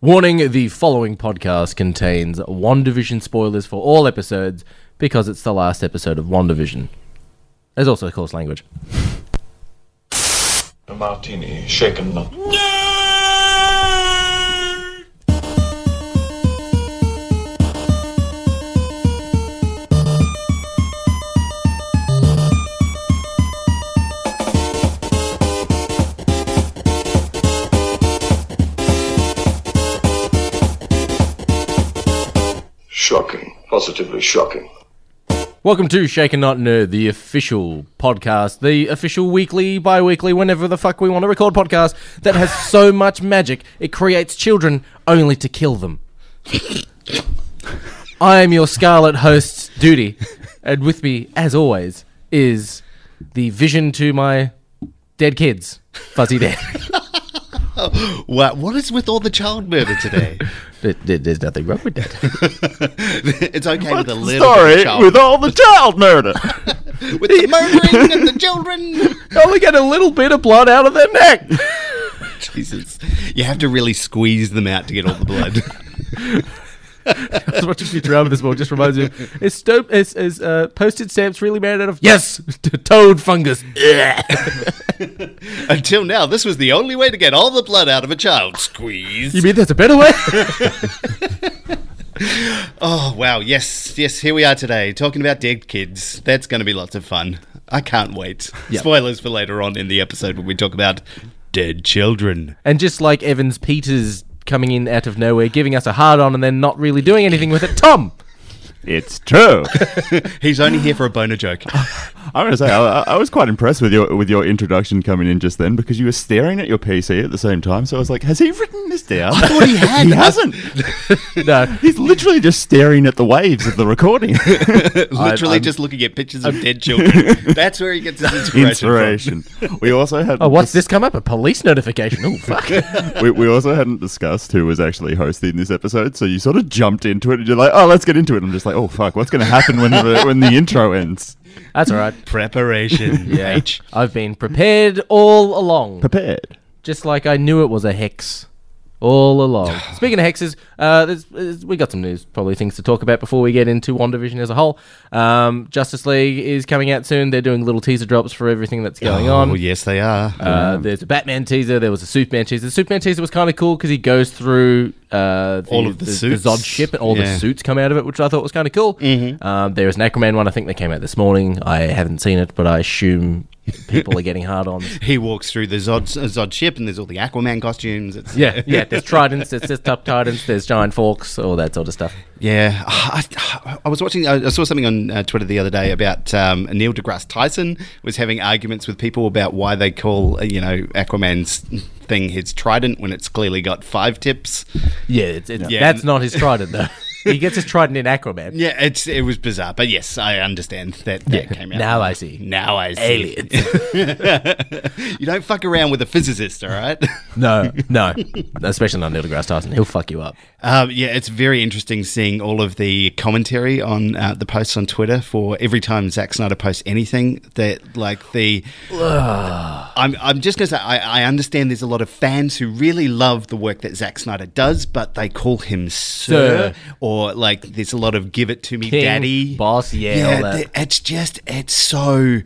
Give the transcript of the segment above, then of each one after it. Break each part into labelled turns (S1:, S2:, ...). S1: Warning the following podcast contains WandaVision spoilers for all episodes because it's the last episode of WandaVision. There's also coarse language.
S2: A martini, shaken, not shocking, positively shocking.
S1: Welcome to Shake and Not Nerd, the official podcast, the official weekly, bi weekly, whenever the fuck we want to record podcast that has so much magic it creates children only to kill them. I am your Scarlet host, Duty, and with me, as always, is the vision to my dead kids, Fuzzy Dan.
S3: What, what is with all the child murder today?
S1: There- there- There's nothing wrong with that.
S3: it's okay with a little bit
S4: Sorry,
S3: of child
S4: with all the child murder.
S3: with the murdering and the children.
S1: Only get a little bit of blood out of their neck.
S3: Jesus, you have to really squeeze them out to get all the blood.
S1: I was watching Futurama this morning. Just reminds me. Is, sto- is, is uh, postage stamps really made out of? Yes, toad fungus.
S3: Until now, this was the only way to get all the blood out of a child. Squeeze.
S1: You mean there's a better way?
S3: Oh wow, yes, yes. Here we are today talking about dead kids. That's going to be lots of fun. I can't wait.
S1: Yeah.
S3: Spoilers for later on in the episode when we talk about dead children.
S1: and just like Evans Peters coming in out of nowhere, giving us a hard on, and then not really doing anything with it. Tom,
S4: it's true.
S3: He's only here for a boner joke.
S4: I'm gonna say I, I was quite impressed with your with your introduction coming in just then because you were staring at your PC at the same time. So I was like, has he written this down?
S3: I thought he had.
S4: he hasn't.
S1: no.
S4: He's literally just staring at the waves of the recording.
S3: Literally
S1: I'm-
S3: just looking at pictures of dead children. That's where he gets his inspiration. From.
S4: Inspiration. we also had.
S1: Oh, what's this come up? A police notification. Oh fuck.
S4: we, we also hadn't discussed who was actually hosting this episode, so you sort of jumped into it and you're like, "Oh, let's get into it." I'm just like, "Oh fuck, what's going to happen when the when the intro ends?"
S1: That's all right.
S3: Preparation.
S1: Yeah, I've been prepared all along.
S4: Prepared.
S1: just like I knew it was a hex all along. Speaking of hexes, uh, there's, there's, we got some news, probably things to talk about before we get into WandaVision as a whole. Um, Justice League is coming out soon. They're doing little teaser drops for everything that's going
S3: Oh,
S1: on.
S3: yes, they are.
S1: Uh, there's a Batman teaser. There was a Superman teaser. The Superman teaser was kind of cool because he goes through uh, the,
S3: All of the suits.
S1: Zod ship and all
S3: Yeah. Mm-hmm.
S1: the suits come out of it, which I thought was kind of cool. Um, there is an Aquaman one. I think they came out this morning. I haven't seen it, but I assume people are getting hard on.
S3: he walks through the Zod, uh, Zod ship, and there's all the Aquaman costumes. It's,
S1: Yeah, yeah. There's tridents, there's there's top tridents, there's giant forks, all that sort of stuff.
S3: yeah. I, I was watching. I I saw something on uh, Twitter the other day about um, Neil deGrasse Tyson was having arguments with people about why they call uh, you know Aquaman's thing his trident when it's clearly got five tips.
S1: Yeah, it's, it's,
S3: Yeah.
S1: that's not his trident though. he gets his trident in Aquaman.
S3: Yeah, it's it was bizarre, but yes, I understand that that came out.
S1: Now I see.
S3: Now I see.
S1: Aliens.
S3: you don't fuck around with a physicist, all right?
S1: No, no, especially not Neil deGrasse Tyson. He'll fuck you up.
S3: Um, yeah, it's very interesting seeing all of the commentary on uh, the posts on Twitter for every time Zack Snyder posts anything that, like the. I'm, I'm just going to say, I, I understand there's a lot of fans who really love the work that Zack Snyder does, but they call him Sir,
S1: Sir.
S3: or like there's a lot of give it to me,
S1: King,
S3: Daddy.
S1: boss, yeah, all that.
S3: th- it's just, it's so.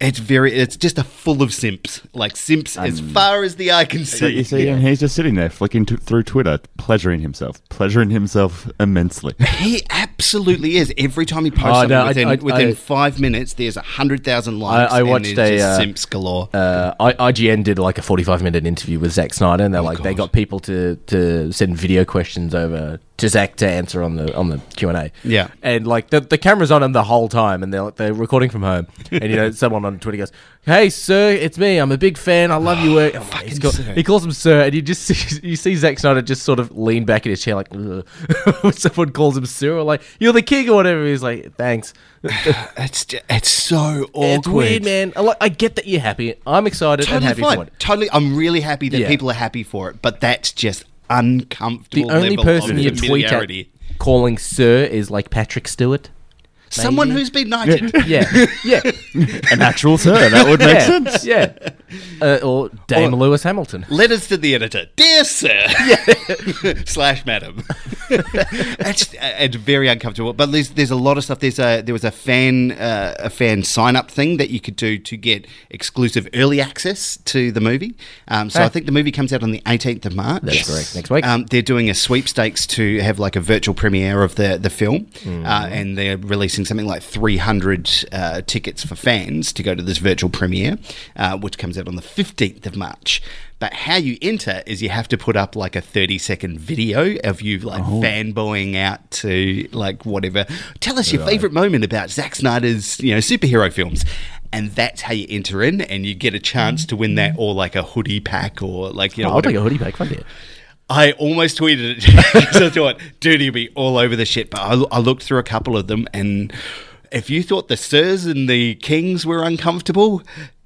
S3: It's very, it's just a full of simps. Like simps as
S1: Mm.
S3: far as the eye can
S4: So
S3: see.
S4: you see, and he's just sitting there flicking t- through Twitter, pleasuring himself, pleasuring himself immensely.
S3: He absolutely is. Every time he posts
S1: Oh,
S3: something,
S1: no, I-
S3: within,
S1: I-
S3: within
S1: I-
S3: five minutes, there's a hundred thousand likes.
S1: I
S3: and
S1: watched
S3: there's
S1: a,
S3: just
S1: uh,
S3: simps galore.
S1: Uh, I, IGN did like a forty-five minute interview with Zack Snyder, and they like they got people to to send video questions over to Zack to answer on the on the Q and A.
S3: Yeah.
S1: and like the, the camera's on him the whole time, and they're like, they're recording from home, and you know someone on Twitter goes, "Hey sir, it's me. I'm a big fan. I love your work." Oh, he's got-
S3: sir.
S1: He calls him sir, and you just see, you see Zack Snyder just sort of lean back in his chair like "Ugh." when someone calls him sir, or like you're the king or whatever. He's like, "Thanks."
S3: it's ju- it's so awkward.
S1: It's weird, man. I, like, I get that you're happy. I'm excited and
S3: Totally
S1: happy
S3: fine.
S1: for it.
S3: Totally, I'm really happy that
S1: Yeah.
S3: people are happy for it, but that's just uncomfortable.
S1: the only
S3: level
S1: person
S3: of
S1: you tweet at
S3: familiarity.
S1: calling sir is like Patrick Stewart.
S3: Someone who's been knighted.
S1: yeah, yeah,
S4: An actual sir. That would make
S1: yeah,
S4: sense.
S1: yeah, uh, or Dame Lewis Hamilton.
S3: Letters to the editor, dear sir, slash madam. it's, it's very uncomfortable, but there's there's a lot of stuff. There's a there was a fan uh, a fan sign up thing that you could do to get exclusive early access to the movie. Um, so
S1: Ah.
S3: I think the movie comes out on the 18th of March.
S1: That's correct. Next week.
S3: Um, they're doing a sweepstakes to have like a virtual premiere of the the film, uh, and they're releasing something like 300 uh, tickets for fans to go to this virtual premiere, uh, which comes out on the 15th of March. But how you enter is you have to put up like a 30 second video of you like fanboying out to like whatever. Tell us your favorite moment about Zack Snyder's you know superhero films and that's how you enter in and you get a chance to win that or like a hoodie pack or like you know
S1: I'll
S3: whatever.
S1: take a hoodie back. Fuck it.
S3: I almost tweeted it because I thought, dude, he'll be all over the shit. But I, I looked through a couple of them, and if you thought the sirs and the kings were uncomfortable,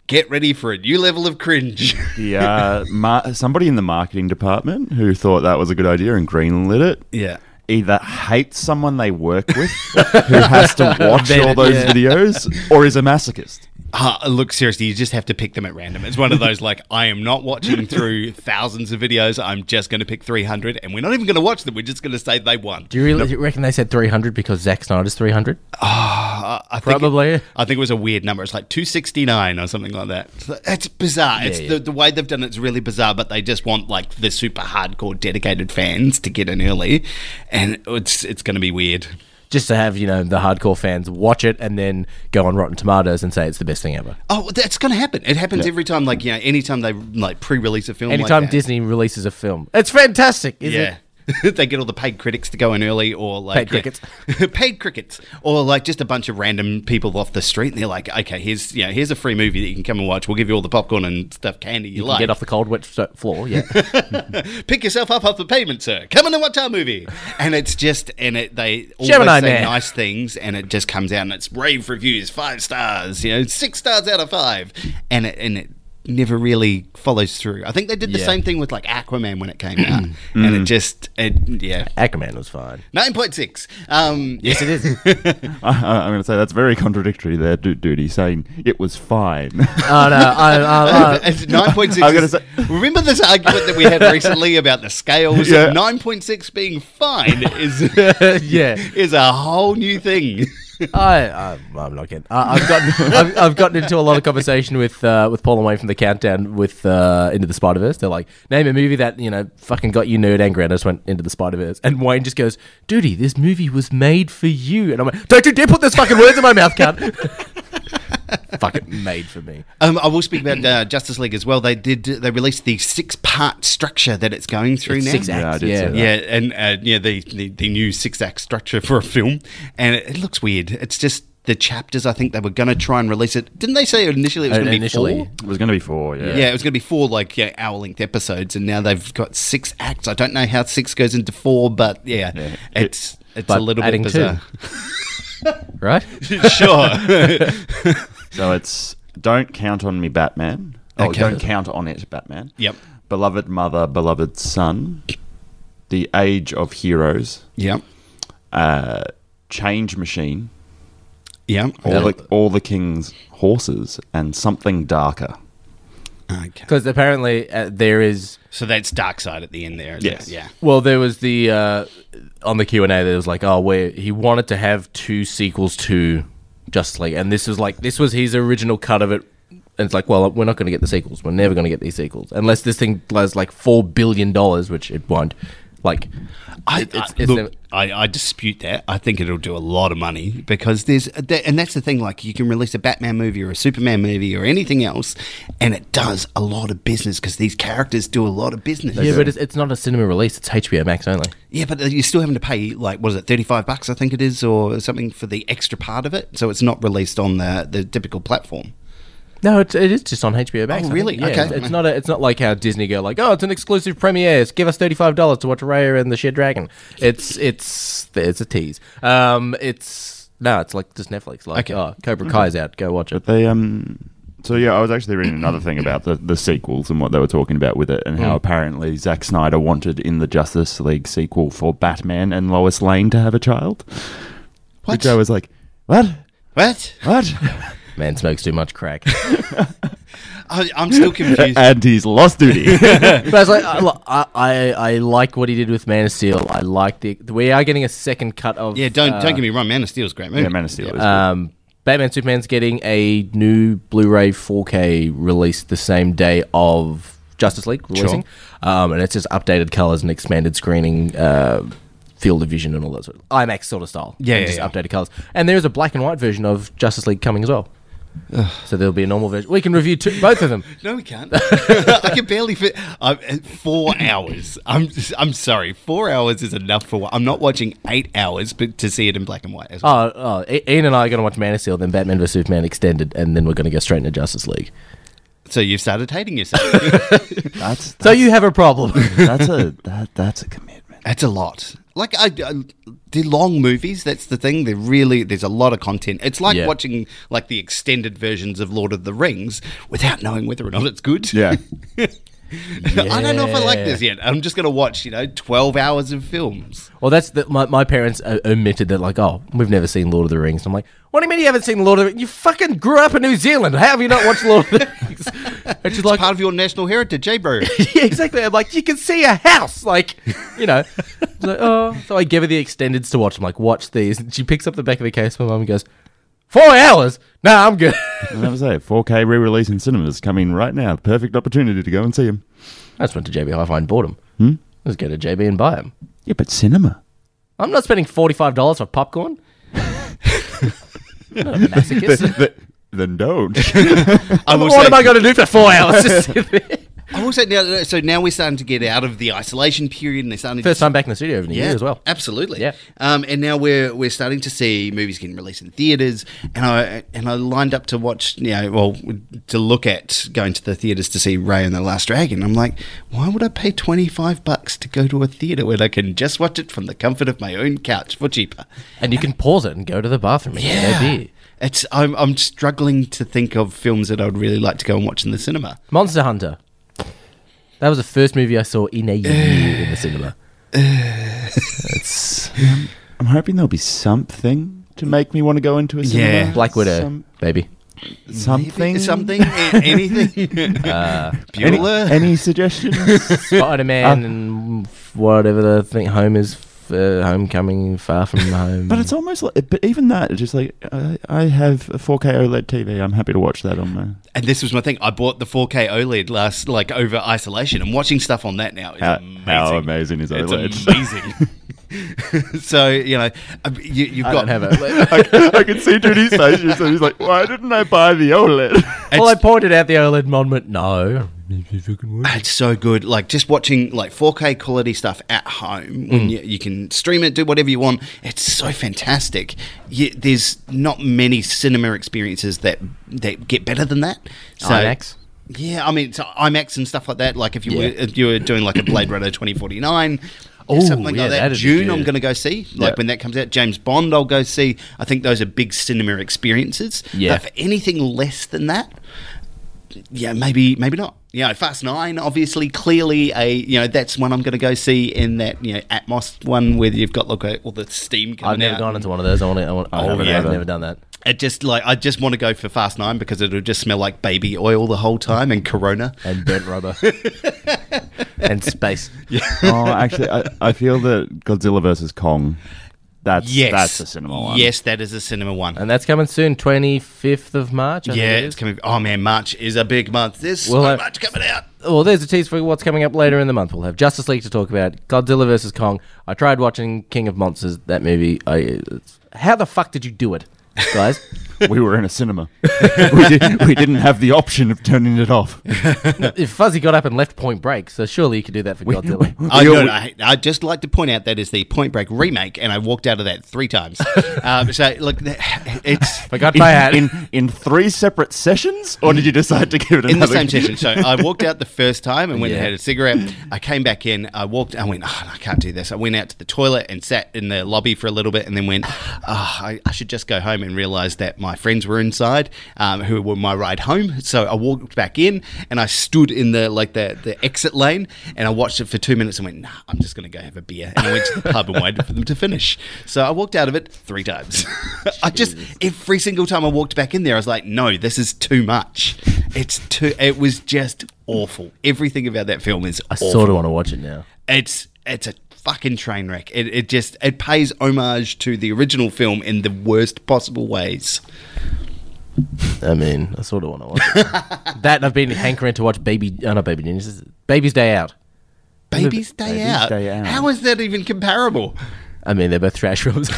S3: get ready for a new level of cringe.
S4: The, uh, mar- somebody in the marketing department who thought that was a good idea and greenlit it.
S3: Yeah.
S4: Either hates someone they work with who has to watch
S3: Then-
S4: all those
S3: yeah.
S4: videos or is a masochist.
S3: Ah, look, seriously, you just have to pick them at random. It's one of those like, I am not watching through thousands of videos. I'm just going to pick 300, and we're not even going to watch them. We're just going to say they won.
S1: Do you really do you reckon they said 300 because Zack Snyder's 300?
S3: I think it-
S1: Probably.
S3: I think it was a weird number. It's like 269 or something like that. It's, like- it's bizarre. it's
S1: yeah.
S3: The, the way they've done it's really bizarre, but they just want like the super hardcore dedicated fans to get in early. And it's it's going to be weird.
S1: Just to have, you know, the hardcore fans watch it and then go on Rotten Tomatoes and say it's the best thing ever.
S3: Oh, that's going to happen. It happens every time like, you know, anytime they like pre-release a film like
S1: Anytime
S3: that.
S1: Disney releases a film, it's fantastic, is
S3: yeah.
S1: it?
S3: they get all the paid critics to go in early or
S1: Paid
S3: like
S1: crickets.
S3: paid crickets or like just a bunch of random people off the street and they're like okay here's you know here's a free movie that you can come and watch we'll give you all the popcorn and stuff candy you, like
S1: Get off the cold, wet so- floor, yeah.
S3: pick yourself up off the pavement, sir. Come in and watch our movie. And it's just, and it, they always
S1: Gemini
S3: say
S1: Man.
S3: nice things, and it just comes out and it's rave reviews, five stars, you know, six stars out of five, and it and it never really follows through. I think they did the
S1: Yeah.
S3: same thing with like Aquaman when it came out, and it just, it, yeah,
S1: Aquaman was fine.
S3: nine point six. Um,
S1: Yes, it is.
S4: I, I- I'm going to say that's very contradictory there, du- duty, saying it was fine.
S1: oh, no. I, I, I,
S3: It's 9.6.
S4: I was gonna
S3: is-
S4: say-
S3: remember this argument that we had recently about the scales?
S4: Yeah.
S3: 9.6 being fine is
S1: yeah.
S3: is a whole new thing.
S1: I, I I'm not kidding. I, I've gotten I've, I've gotten into a lot of conversation with uh, with Paul and Wayne from the Countdown with uh, Into the Spider Verse. They're like, name a movie that you know fucking got you nerd angry, and I just went Into the Spider Verse, and Wayne just goes, "Duty, this movie was made for you," and I'm like, "Don't you dare put those fucking words in my mouth, cunt." Fuck it, made for me.
S3: Um, I will speak about uh, Justice League as well. They did. They released the six-part structure that it's going through now.
S1: Six
S4: Yeah, I
S1: acts.
S4: did say
S1: Yeah,
S4: that.
S3: Yeah, and uh, yeah, the, the the new six-act structure for a film, and it, it looks weird. It's just the chapters. I think they were going to try and release it. Didn't they say initially it was
S1: Uh,
S3: going to be
S1: initially.
S3: four?
S4: It was going to be four, yeah.
S3: Yeah, it was going to be four like yeah, hour-length episodes, and now they've got six acts. I don't know how six goes into four, but yeah, it's it's
S1: But
S3: a little bit
S1: adding two.
S3: bizarre.
S1: Right.
S3: sure.
S4: So it's Don't Count on Me, Batman. Oh,
S3: Okay.
S4: Don't Count on It, Batman.
S3: Yep.
S4: Beloved Mother, Beloved Son. The Age of Heroes.
S3: yeah.
S4: Uh, Change Machine.
S3: Yeah.
S4: All the, all the King's Horses. And Something Darker.
S3: Okay.
S1: Because apparently uh, there is
S3: So that's Dark Side at the end there. isn't
S4: Yes.
S3: It? Yeah.
S1: Well, there was the uh, on the Q and A. There was like, oh, where he wanted to have two sequels to Justice League, and this was like this was his original cut of it. And it's like, well, we're not going to get the sequels. We're never going to get these sequels unless this thing does like four billion dollars, which it won't. Like,
S3: I,
S1: It- it's-
S3: I-
S1: it's
S3: look,
S1: never-
S3: I, I dispute that. I think it'll do a lot of money because there's, that, and that's the thing. Like you can release a Batman movie or a Superman movie or anything else, and it does a lot of business because these characters do a lot of business.
S1: yeah, but it's, it's not a cinema release. It's HBO Max only.
S3: Yeah, but you're still having to pay like what is it, thirty five bucks I think it is, or something for the extra part of it. So it's not released on the the typical platform.
S1: No, it's, it is just on HBO Max.
S3: Oh,
S1: I think.
S3: really?
S1: Yeah,
S3: Okay.
S1: It's, it's not a, it's not like how Disney go like, oh, it's an exclusive premiere. It's give us thirty five dollars to watch Raya and the Shed Dragon. It's it's it's a tease. Um, it's no, it's like just Netflix. Like,
S3: Okay. Mm-hmm.
S1: oh, Cobra Kai's out. Go watch it.
S4: But they um so yeah, I was actually reading another thing about the, the sequels and what they were talking about with it and how apparently Zack Snyder wanted in the Justice League sequel for Batman and Lois Lane to have a child.
S3: What?
S4: Which I was like, What?
S3: What?
S4: What?
S1: Man smokes too much crack.
S3: I, I'm still confused.
S1: Uh,
S4: and he's lost duty.
S1: but I was like, I, li- I, I, I like what he did with Man of Steel. I like the. We are getting a second cut of.
S3: yeah, don't
S1: uh,
S3: don't get me wrong. Man of Steel's a great movie.
S4: yeah, Man of Steel. is good.
S1: Um, Batman Superman's getting a new Blu-ray 4K release the same day of Justice League releasing, um, and it's just updated colors and expanded screening, uh, field of vision, and all that sort of IMAX sort of style.
S3: Yeah,
S1: And
S3: yeah,
S1: just
S3: yeah.
S1: updated colors. And there is a black and white version of Justice League coming as well. so there'll be a normal version. We can review two, both of them.
S3: No, we can't. I can barely fit. I'm, four hours. I'm I'm sorry. Four hours is enough for. what I'm not watching eight hours, but to see it in black and white as well.
S1: Oh, oh, I- Ian and I are going to watch Man of Steel, then Batman vs Superman extended, and then we're going to go straight into Justice League. Oh.
S3: So you've started hating yourself.
S4: that's
S1: So you have a problem.
S4: that's a that, that's a commitment.
S3: That's a lot. Like I, I, they're long movies. That's the thing. They're really there's a lot of content. It's like
S1: Yeah.
S3: watching like the extended versions of Lord of the Rings without knowing whether or not it's good.
S4: Yeah.
S3: I don't know if I like
S1: Yeah.
S3: this yet. I'm just gonna watch you know 12 hours of films.
S1: Well, that's the, my, my parents uh, omitted that, like, oh, we've never seen Lord of the Rings. I'm like, what do you mean you haven't seen Lord of the Rings? You fucking grew up in New Zealand. How have you not watched Lord of the Rings? And she's like,
S3: Part of your national heritage, eh, bro?
S1: yeah, exactly. I'm like, you can see a house. Like, you know. She's like, oh. So I give her the extendeds to watch. I'm like, watch these. And she picks up the back of the case for my mum and goes, four hours? Nah, I'm good.
S4: And I was like, 4K re-release in cinemas coming right now. Perfect opportunity to go and see him.
S1: I just went to JB Hi-Fi and bought them. Hmm? Let's go to JB and buy them.
S4: Yeah, but cinema.
S1: I'm not spending $45 for popcorn. I'm not a masochist.
S4: Th- then don't.
S3: I will
S1: what
S3: say-
S1: am I going to do for four hours? Just sit there.
S3: I will say now. So now we're starting to get out of the isolation period, and they're starting to
S1: First time back in the studio in a year as well.
S3: Absolutely.
S1: Yeah.
S3: Um, and now we're we're starting to see movies getting released in theaters, and I and I lined up to watch, you know, well, to look at going to the theaters to see Ray and the Last Dragon. I'm like, why would I pay twenty five bucks to go to a theater when I can just watch it from the comfort of my own couch for cheaper?
S1: And you can pause it and go to the bathroom and get an idea.
S3: It's I'm I'm struggling to think of films that I'd really like to go and watch in the cinema.
S1: Monster Hunter. That was the first movie I saw in a year in the cinema. it's
S4: I'm hoping there'll be something to make me want to go into a cinema.
S3: Yeah.
S1: Black Widow,
S4: Some-
S1: baby.
S4: something.
S3: Something, a- anything.
S4: Any,
S3: Bueller?
S4: any suggestions?
S1: Spider Man and Ah. whatever the thing. Home is f- uh, homecoming, far from home.
S4: but it's almost like, but even that, it's just like, I, I have a 4K OLED TV. I'm happy to watch that on my.
S3: And this was my thing. I bought the 4K OLED E last, like over isolation, and watching stuff on that now is
S4: How-
S3: amazing.
S4: how amazing is E
S3: It's
S4: OLED?
S3: amazing. so you know, um, you, you've
S1: I
S3: got
S1: don't have it.
S4: I, I could see Judy's face. She's he's like, why didn't I buy the E OLED?
S1: well, I pointed out the OLED monument. No,
S3: It's so good. Like just watching like 4K quality stuff at home
S4: Mm.
S3: when you, you can stream it, do whatever you want. It's so fantastic. You, there's not many cinema experiences that that get better than that. So,
S1: IMAX.
S3: Yeah, I mean so IMAX and stuff like that. Like if you were
S1: Yeah.
S3: if you were doing like a Blade Runner 2049. or
S1: Ooh,
S3: something
S1: yeah,
S3: like that.
S1: that'd be
S3: June, I'm
S1: good.
S3: going to go see. Like
S4: Yeah.
S3: when that comes out, James Bond, I'll go see. I think those are big cinema experiences.
S1: Yeah.
S3: But for anything less than that, yeah, maybe maybe not. You know, Fast Nine, obviously, clearly a you know that's one I'm going to go see in that you know Atmos one where you've got like a, all the steam coming
S1: I've never
S3: out.
S1: gone into one of those. I want to. I want, I haven't,
S3: yeah.
S1: I've never done that.
S3: It just like I just want to go for Fast Nine because it'll just smell like baby oil the whole time and Corona.
S1: And burnt rubber. and space.
S4: oh, actually, I, I feel that Godzilla versus Kong. That's
S3: Yes,
S4: that's a cinema one.
S3: Yes, that is a cinema one.
S1: And that's coming soon, 25th of March. I think
S3: yeah,
S1: it
S3: it's
S1: is.
S3: coming. Oh man, March is a big month. There's
S1: Well,
S3: so
S1: I-
S3: much coming out.
S1: Well, there's a tease for what's coming up later in the month. We'll have Justice League to talk about, Godzilla versus Kong. I tried watching King of Monsters, that movie. I, it's- how the fuck did you do it, guys?
S4: we were in a cinema. we, did, we didn't have the option of turning it off.
S1: if Fuzzy got up and left Point Break, so surely you could do that for Godzilla.
S3: I, no, I, I'd just like to point out that is the Point Break remake, and I walked out of that three times. um, so look, it's
S1: Forgot my hat.
S4: In, in in three separate sessions, or did you decide to give it
S3: in the
S4: another
S3: same session. So I walked out the first time and went and
S1: Yeah.
S3: had a cigarette. I came back in. I walked. I went. Oh, I can't do this. I went out to "Ah, the toilet and sat in the lobby for a little bit, and then went. Oh, I, I should just go home and realize that my my friends were inside, um, who were my ride home. So I walked back in and I stood in the like the, the exit lane and I watched it for two minutes and went, nah, I'm just gonna go have a beer. And I went to the pub and waited for them to finish. So I walked out of it three times. I just every single time I walked back in there, I was like, no, this is too much. It's too. It was just awful. Everything about that film is
S1: I
S3: awful.
S1: sort of want to watch it now.
S3: It's it's a fucking train wreck. It, it just it pays homage to the original film in the worst possible ways.
S1: I mean, I sort of want to watch it. that and I've been hankering to watch Baby, uh, not Baby Ninjas, Baby's Day Out.
S3: Baby's Day,
S4: Baby's
S3: out.
S4: Day Out.
S3: How is that even comparable?
S1: I mean, they're both trash films.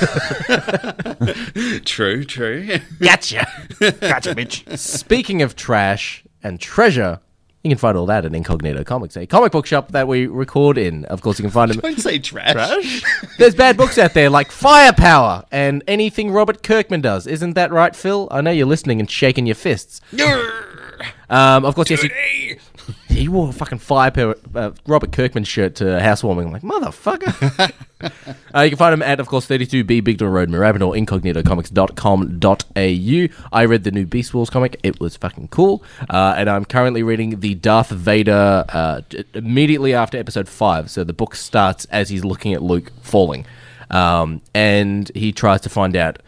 S3: True, true.
S1: gotcha. Gotcha, bitch. Speaking of trash and treasure, you can find all that at Incognito Comics, a comic book shop that we record in. Of course, you can find them.
S3: Don't say trash.
S1: There's bad books out there like Firepower and anything Robert Kirkman does. Isn't that right, Phil? I know you're listening and shaking your fists.
S3: Grr.
S1: Um, of course, yes, you,
S3: Hey.
S1: he wore a fucking Firepower uh, Robert Kirkman shirt to housewarming. I'm like, motherfucker. uh, you can find him at, of course, 32B Big Door Road, Moorabbin, or incognitocomics.com.au. I read the new Beast Wars comic. It was fucking cool. Uh, and I'm currently reading the Darth Vader uh, d- immediately after episode 5. So the book starts as he's looking at Luke falling. Um, and he tries to find out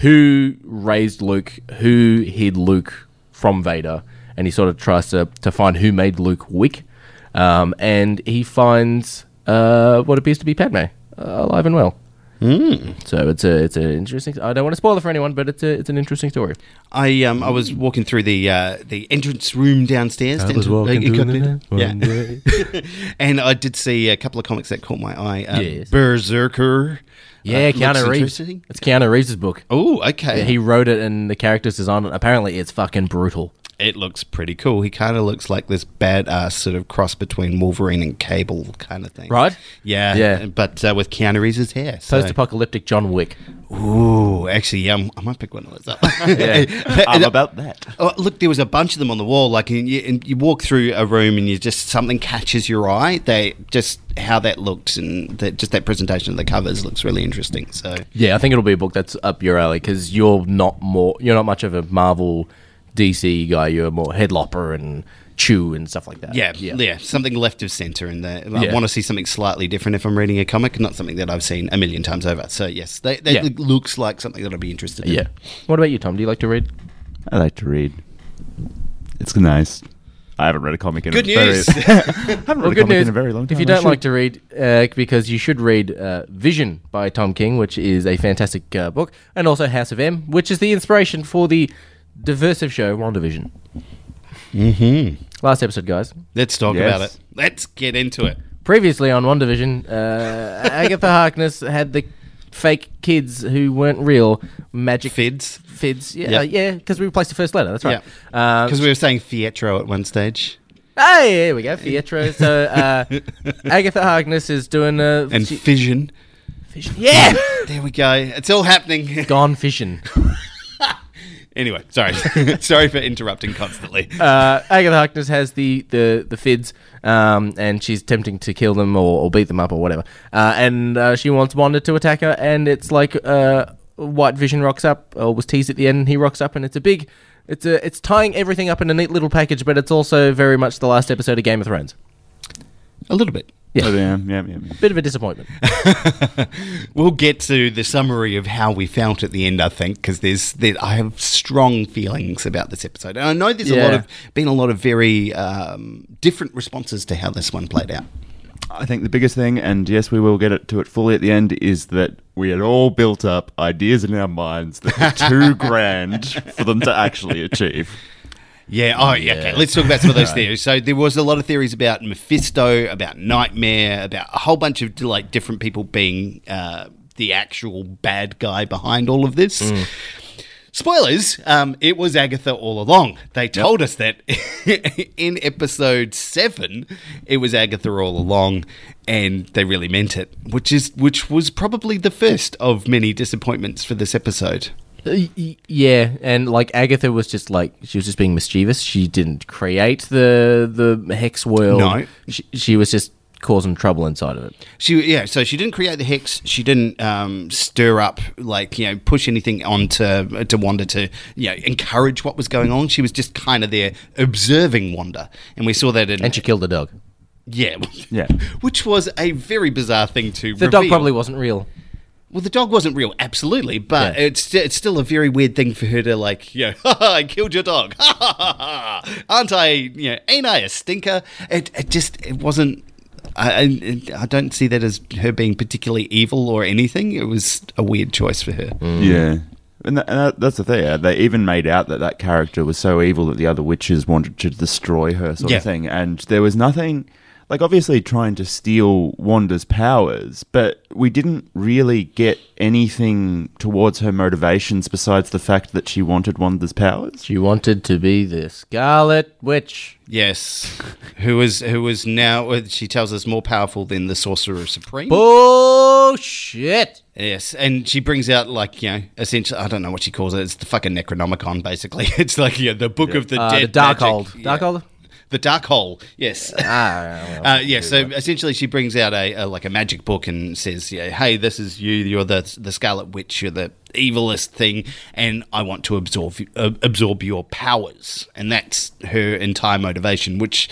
S1: who raised Luke, who hid Luke from Vader, and he sort of tries to, to find who made Luke weak. Um, and he finds uh, what appears to be Padme uh, alive and well. Mm. So it's a it's an interesting. I don't want to spoil it for anyone, but it's a, it's an interesting story.
S3: I um I was walking through the uh, the entrance room downstairs. I
S1: was walking through the
S3: yeah. and I did see a couple of comics that caught my eye. Uh,
S1: Yes.
S3: Berserker. Uh,
S1: Yeah,
S3: looks
S1: Keanu Reeves.
S3: interesting.
S1: Uh, It's Keanu Reeves' book.
S3: Oh, okay.
S1: He wrote it, and the characters designed it. Apparently, it's fucking brutal.
S3: it looks pretty cool. He kind of looks like this badass sort of cross between Wolverine and Cable kind of thing.
S1: Right?
S3: Yeah.
S1: Yeah.
S3: But uh, with Keanu Reeves' hair. So.
S1: Post-apocalyptic John Wick.
S3: Ooh, actually, yeah, I'm- I might pick one of those up.
S4: I'm about that.
S3: Oh, look, there was a bunch of them on the wall. Like, and you, and you walk through a room and you just something catches your eye. They just how that looked and that just that presentation of the covers looks really interesting. So,
S1: Yeah, I think it'll be a book that's up your alley because you're not more you're not much of a Marvel, DC guy. You're more Headlopper and Chew and stuff like that.
S3: yeah, yeah, something left of center. And that I
S1: Yeah.
S3: want to see something slightly different if I'm reading a comic, not something that I've seen a million times over. So, yes, that, that
S1: Yeah.
S3: look- looks like something that I'd be interested in.
S1: yeah. What about you, Tom? Do you like to read?
S4: I like to read. It's nice. I haven't read a comic in
S3: Good
S4: a very,
S3: news.
S4: I haven't read
S1: Well,
S4: a
S1: good
S4: comic
S1: news.
S4: in a very long time.
S1: If you
S4: I
S1: don't
S4: should.
S1: like to read, uh, because you should read uh, Vision by Tom King, which is a fantastic uh, book, and also House of M, which is the inspiration for the diversive show WandaVision. Mm-hmm.
S4: Mm-hmm.
S1: Last episode, guys.
S3: Let's talk
S4: Yes.
S3: about it. Let's get into it.
S1: Previously on WandaVision, uh, Agatha Harkness had the fake kids who weren't real magic
S3: Fids.
S1: Fids, yeah, uh,
S3: Yeah.
S1: yeah, because we replaced the first letter. That's right. Um,
S3: Because we were saying Fietro at one stage.
S1: Hey, here we go, Pietro. So uh, Agatha Harkness is doing a
S3: And
S1: she-
S3: fission.
S1: fission. Yeah,
S3: There we go. It's all happening.
S1: gone fission.
S3: Anyway, sorry. sorry for interrupting constantly.
S1: Uh, Agatha Harkness has the the the Fids, um, and she's tempting to kill them or, or beat them up or whatever. Uh, and uh, she wants Wanda to attack her, and it's like uh, White Vision rocks up, or was teased at the end. and He rocks up, and it's a big, it's a it's tying everything up in a neat little package, but it's also very much the last episode of Game of Thrones.
S3: a little bit.
S4: Oh, yeah, yeah, yeah, yeah.
S1: Bit of a disappointment.
S3: We'll get to the summary of how we felt at the end, I think, because there's there, I have strong feelings about this episode, and I know there's a lot
S1: Yeah.
S3: of been a lot of very um, different responses to how this one played out.
S4: I think the biggest thing, and yes, we will get it to it fully at the end, is that we had all built up ideas in our minds that were too grand for them to actually achieve.
S3: Yeah. Oh, yeah. Okay. Let's talk about some of those theories. So there was a lot of theories about Mephisto, about Nightmare, about a whole bunch of like different people being uh, the actual bad guy behind all of this. Spoilers. Um, it was Agatha all along. They told us that in episode seven, it was Agatha all along, and they really meant it, which is which was probably the first of many disappointments for this episode.
S1: Y- y- yeah, and like Agatha was just like she was just being mischievous. She didn't create the the hex world.
S3: No.
S1: she, she was just causing trouble inside of it.
S3: She yeah, so she didn't create the hex. She didn't um, stir up like you know push anything onto to Wanda to you know encourage what was going on. She was just kind of there observing Wanda, and we saw that in
S1: And she killed the dog.
S3: yeah
S4: Yeah.
S3: which was a very bizarre thing to
S1: The dog
S3: reveal.
S1: probably wasn't real.
S3: well the dog wasn't real absolutely, but
S1: Yeah.
S3: it's it's still a very weird thing for her to like you know I killed your dog aren't I you know ain't I a stinker? It it just it wasn't. I, I I don't see that as her being particularly evil or anything. It was a weird choice for her.
S1: Mm.
S4: Yeah. And, that, and that, that's the thing. uh, They even made out that that character was so evil that the other witches wanted to destroy her, sort
S3: Yeah.
S4: of thing. And there was nothing, like, obviously trying to steal Wanda's powers, but we didn't really get anything towards her motivations besides the fact that she wanted Wanda's powers.
S1: She wanted to be the Scarlet Witch.
S3: Yes, who is who is now? uh, She tells us more powerful than the Sorcerer Supreme.
S1: Oh, Bullshit.
S3: Yes, and she brings out like you know, essentially, I don't know what she calls it. It's the fucking Necronomicon, basically. It's like yeah, the Book of the
S1: Uh,
S3: Dead,
S1: the Darkhold.
S3: magic- yeah.
S1: Darkhold?
S3: the Dark Hole. Yes.
S1: Ah,
S3: Uh, yeah, so essentially, she brings out a, a like a magic book and says, "Yeah, hey, this is you. You're the the Scarlet Witch. You're the evilest thing, and I want to absorb you- uh, absorb your powers." And that's her entire motivation, which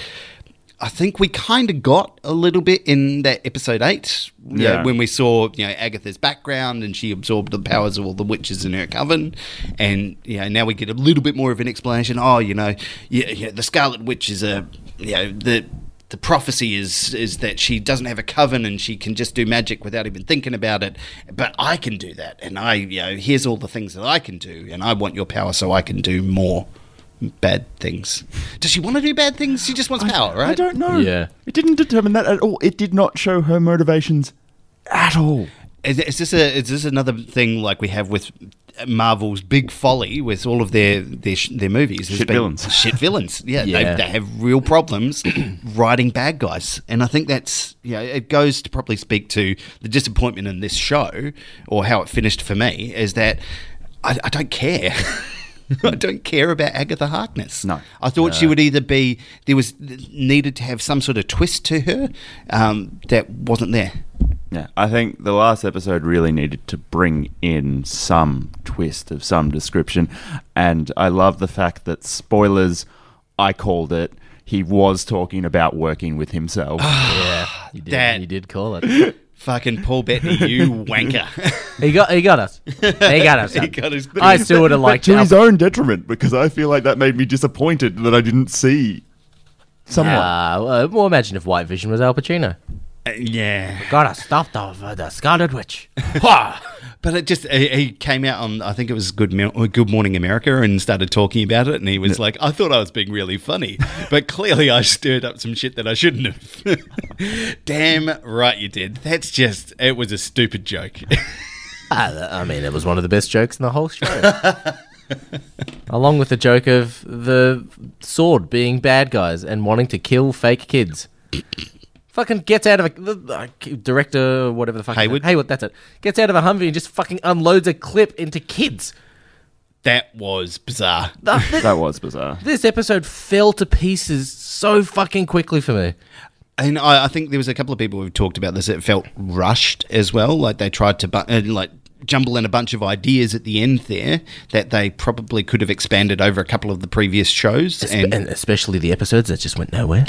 S3: I think we kind of got a little bit in that episode eight, yeah,
S4: Yeah.
S3: when we saw you know Agatha's background and she absorbed the powers of all the witches in her coven, and you know now we get a little bit more of an explanation. Oh, you know, yeah, yeah the Scarlet Witch is a you know the the prophecy is is that she doesn't have a coven and she can just do magic without even thinking about it. But I can do that, and I you know here's all the things that I can do, and I want your power so I can do more bad things. Does she want to do bad things? She just wants power, Oh, right?
S4: I don't know.
S1: Yeah.
S4: It didn't determine that at all. It did not show her motivations at all.
S3: Is, is this a is this another thing like we have with Marvel's big folly with all of their their sh- their movies? There's
S4: Shit
S3: been-
S4: villains.
S3: shit villains. Yeah,
S1: Yeah.
S3: They, they have real problems writing bad guys, and I think that's yeah. It goes to probably speak to the disappointment in this show or how it finished for me is that I, I don't care. I don't care about Agatha Harkness.
S4: No.
S3: I thought she would either be there was needed to have some sort of twist to her um, that wasn't there.
S4: Yeah, I think the last episode really needed to bring in some twist of some description, and I love the fact that spoilers. I called it. He was talking about working with himself.
S1: Yeah, you did,
S3: That-
S1: you did call it.
S3: Fucking Paul Bettany, you wanker.
S1: He got, he got us. He got us. um,
S3: He got us.
S1: I still would have
S4: But
S1: liked
S4: to his
S1: it.
S4: own detriment, because I feel like that made me disappointed that I didn't see someone.
S1: Uh, well, well, imagine if White Vision was Al Pacino.
S3: yeah.
S1: Gotta stop the, the Scarlet Witch.
S3: But it just, he he came out on, I think it was Good, Mil- or Good Morning America and started talking about it. And he was like, I thought I was being really funny, but clearly I stirred up some shit that I shouldn't have. Damn right you did. That's just, it was a stupid joke.
S1: I, I mean, it was one of the best jokes in the whole show. Along with the joke of the sword being bad guys and wanting to kill fake kids. fucking gets out of a the, the director, whatever the fuck.
S3: Hayward?
S1: Hayward, that's it. Gets out of a Humvee and just fucking unloads a clip into kids.
S3: that was bizarre.
S1: The- thi-
S4: That was bizarre.
S1: this episode fell to pieces so fucking quickly for me.
S3: And I, I think there was a couple of people who talked about this. It felt rushed as well. Like they tried to, bu- uh, like jumble in a bunch of ideas at the end there that they probably could have expanded over a couple of the previous shows.
S1: And, especially the episodes that just went nowhere.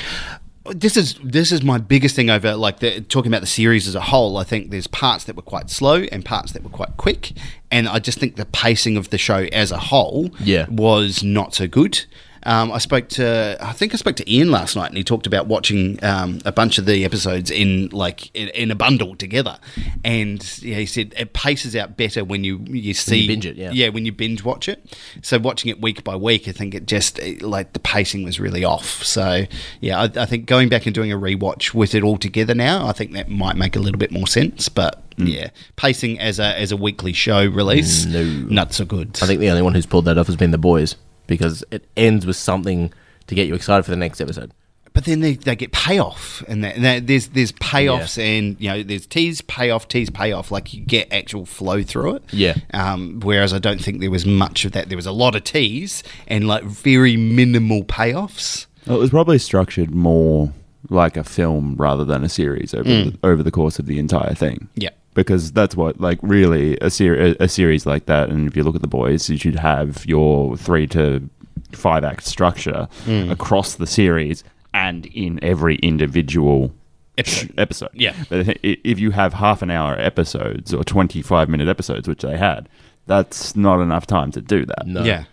S3: this is this is my biggest thing over like the, talking about the series as a whole. I think there's parts that were quite slow and parts that were quite quick, and I just think the pacing of the show as a whole
S1: Yeah.
S3: was not so good. Um, I spoke to I think I spoke to Ian last night, and he talked about watching um, a bunch of the episodes in like in, in a bundle together, and yeah, he said it paces out better when you you see
S1: binge it, yeah.
S3: yeah when you binge watch it. So watching it week by week, I think it just it- like the pacing was really off. So yeah, I, I think going back and doing a rewatch with it all together now, I think that might make a little bit more sense. But
S1: Mm.
S3: yeah, pacing as a as a weekly show release, no. not so good.
S1: I think the only one who's pulled that off has been the boys because it ends with something to get you excited for the next episode.
S3: but then they, they get payoff and that, that there's there's payoffs and you know there's tease payoff tease payoff like you get actual flow through it
S1: Yeah.
S3: um, whereas I don't think there was much of that there was a lot of tease and like very minimal payoffs
S4: It was probably structured more like a film rather than a series over the, over the course of the entire thing.
S3: Mm. Yeah.
S4: because that's what like really a, ser- a- a series like that. And if you look at the boys, you should have your three to five act structure
S3: Mm.
S4: across the series and in every individual
S3: Episode.
S4: episode.
S3: Yeah.
S4: But I think i- if you have half an hour episodes or 25 minute episodes, which they had, that's not enough time to do that.
S1: No.
S3: Yeah.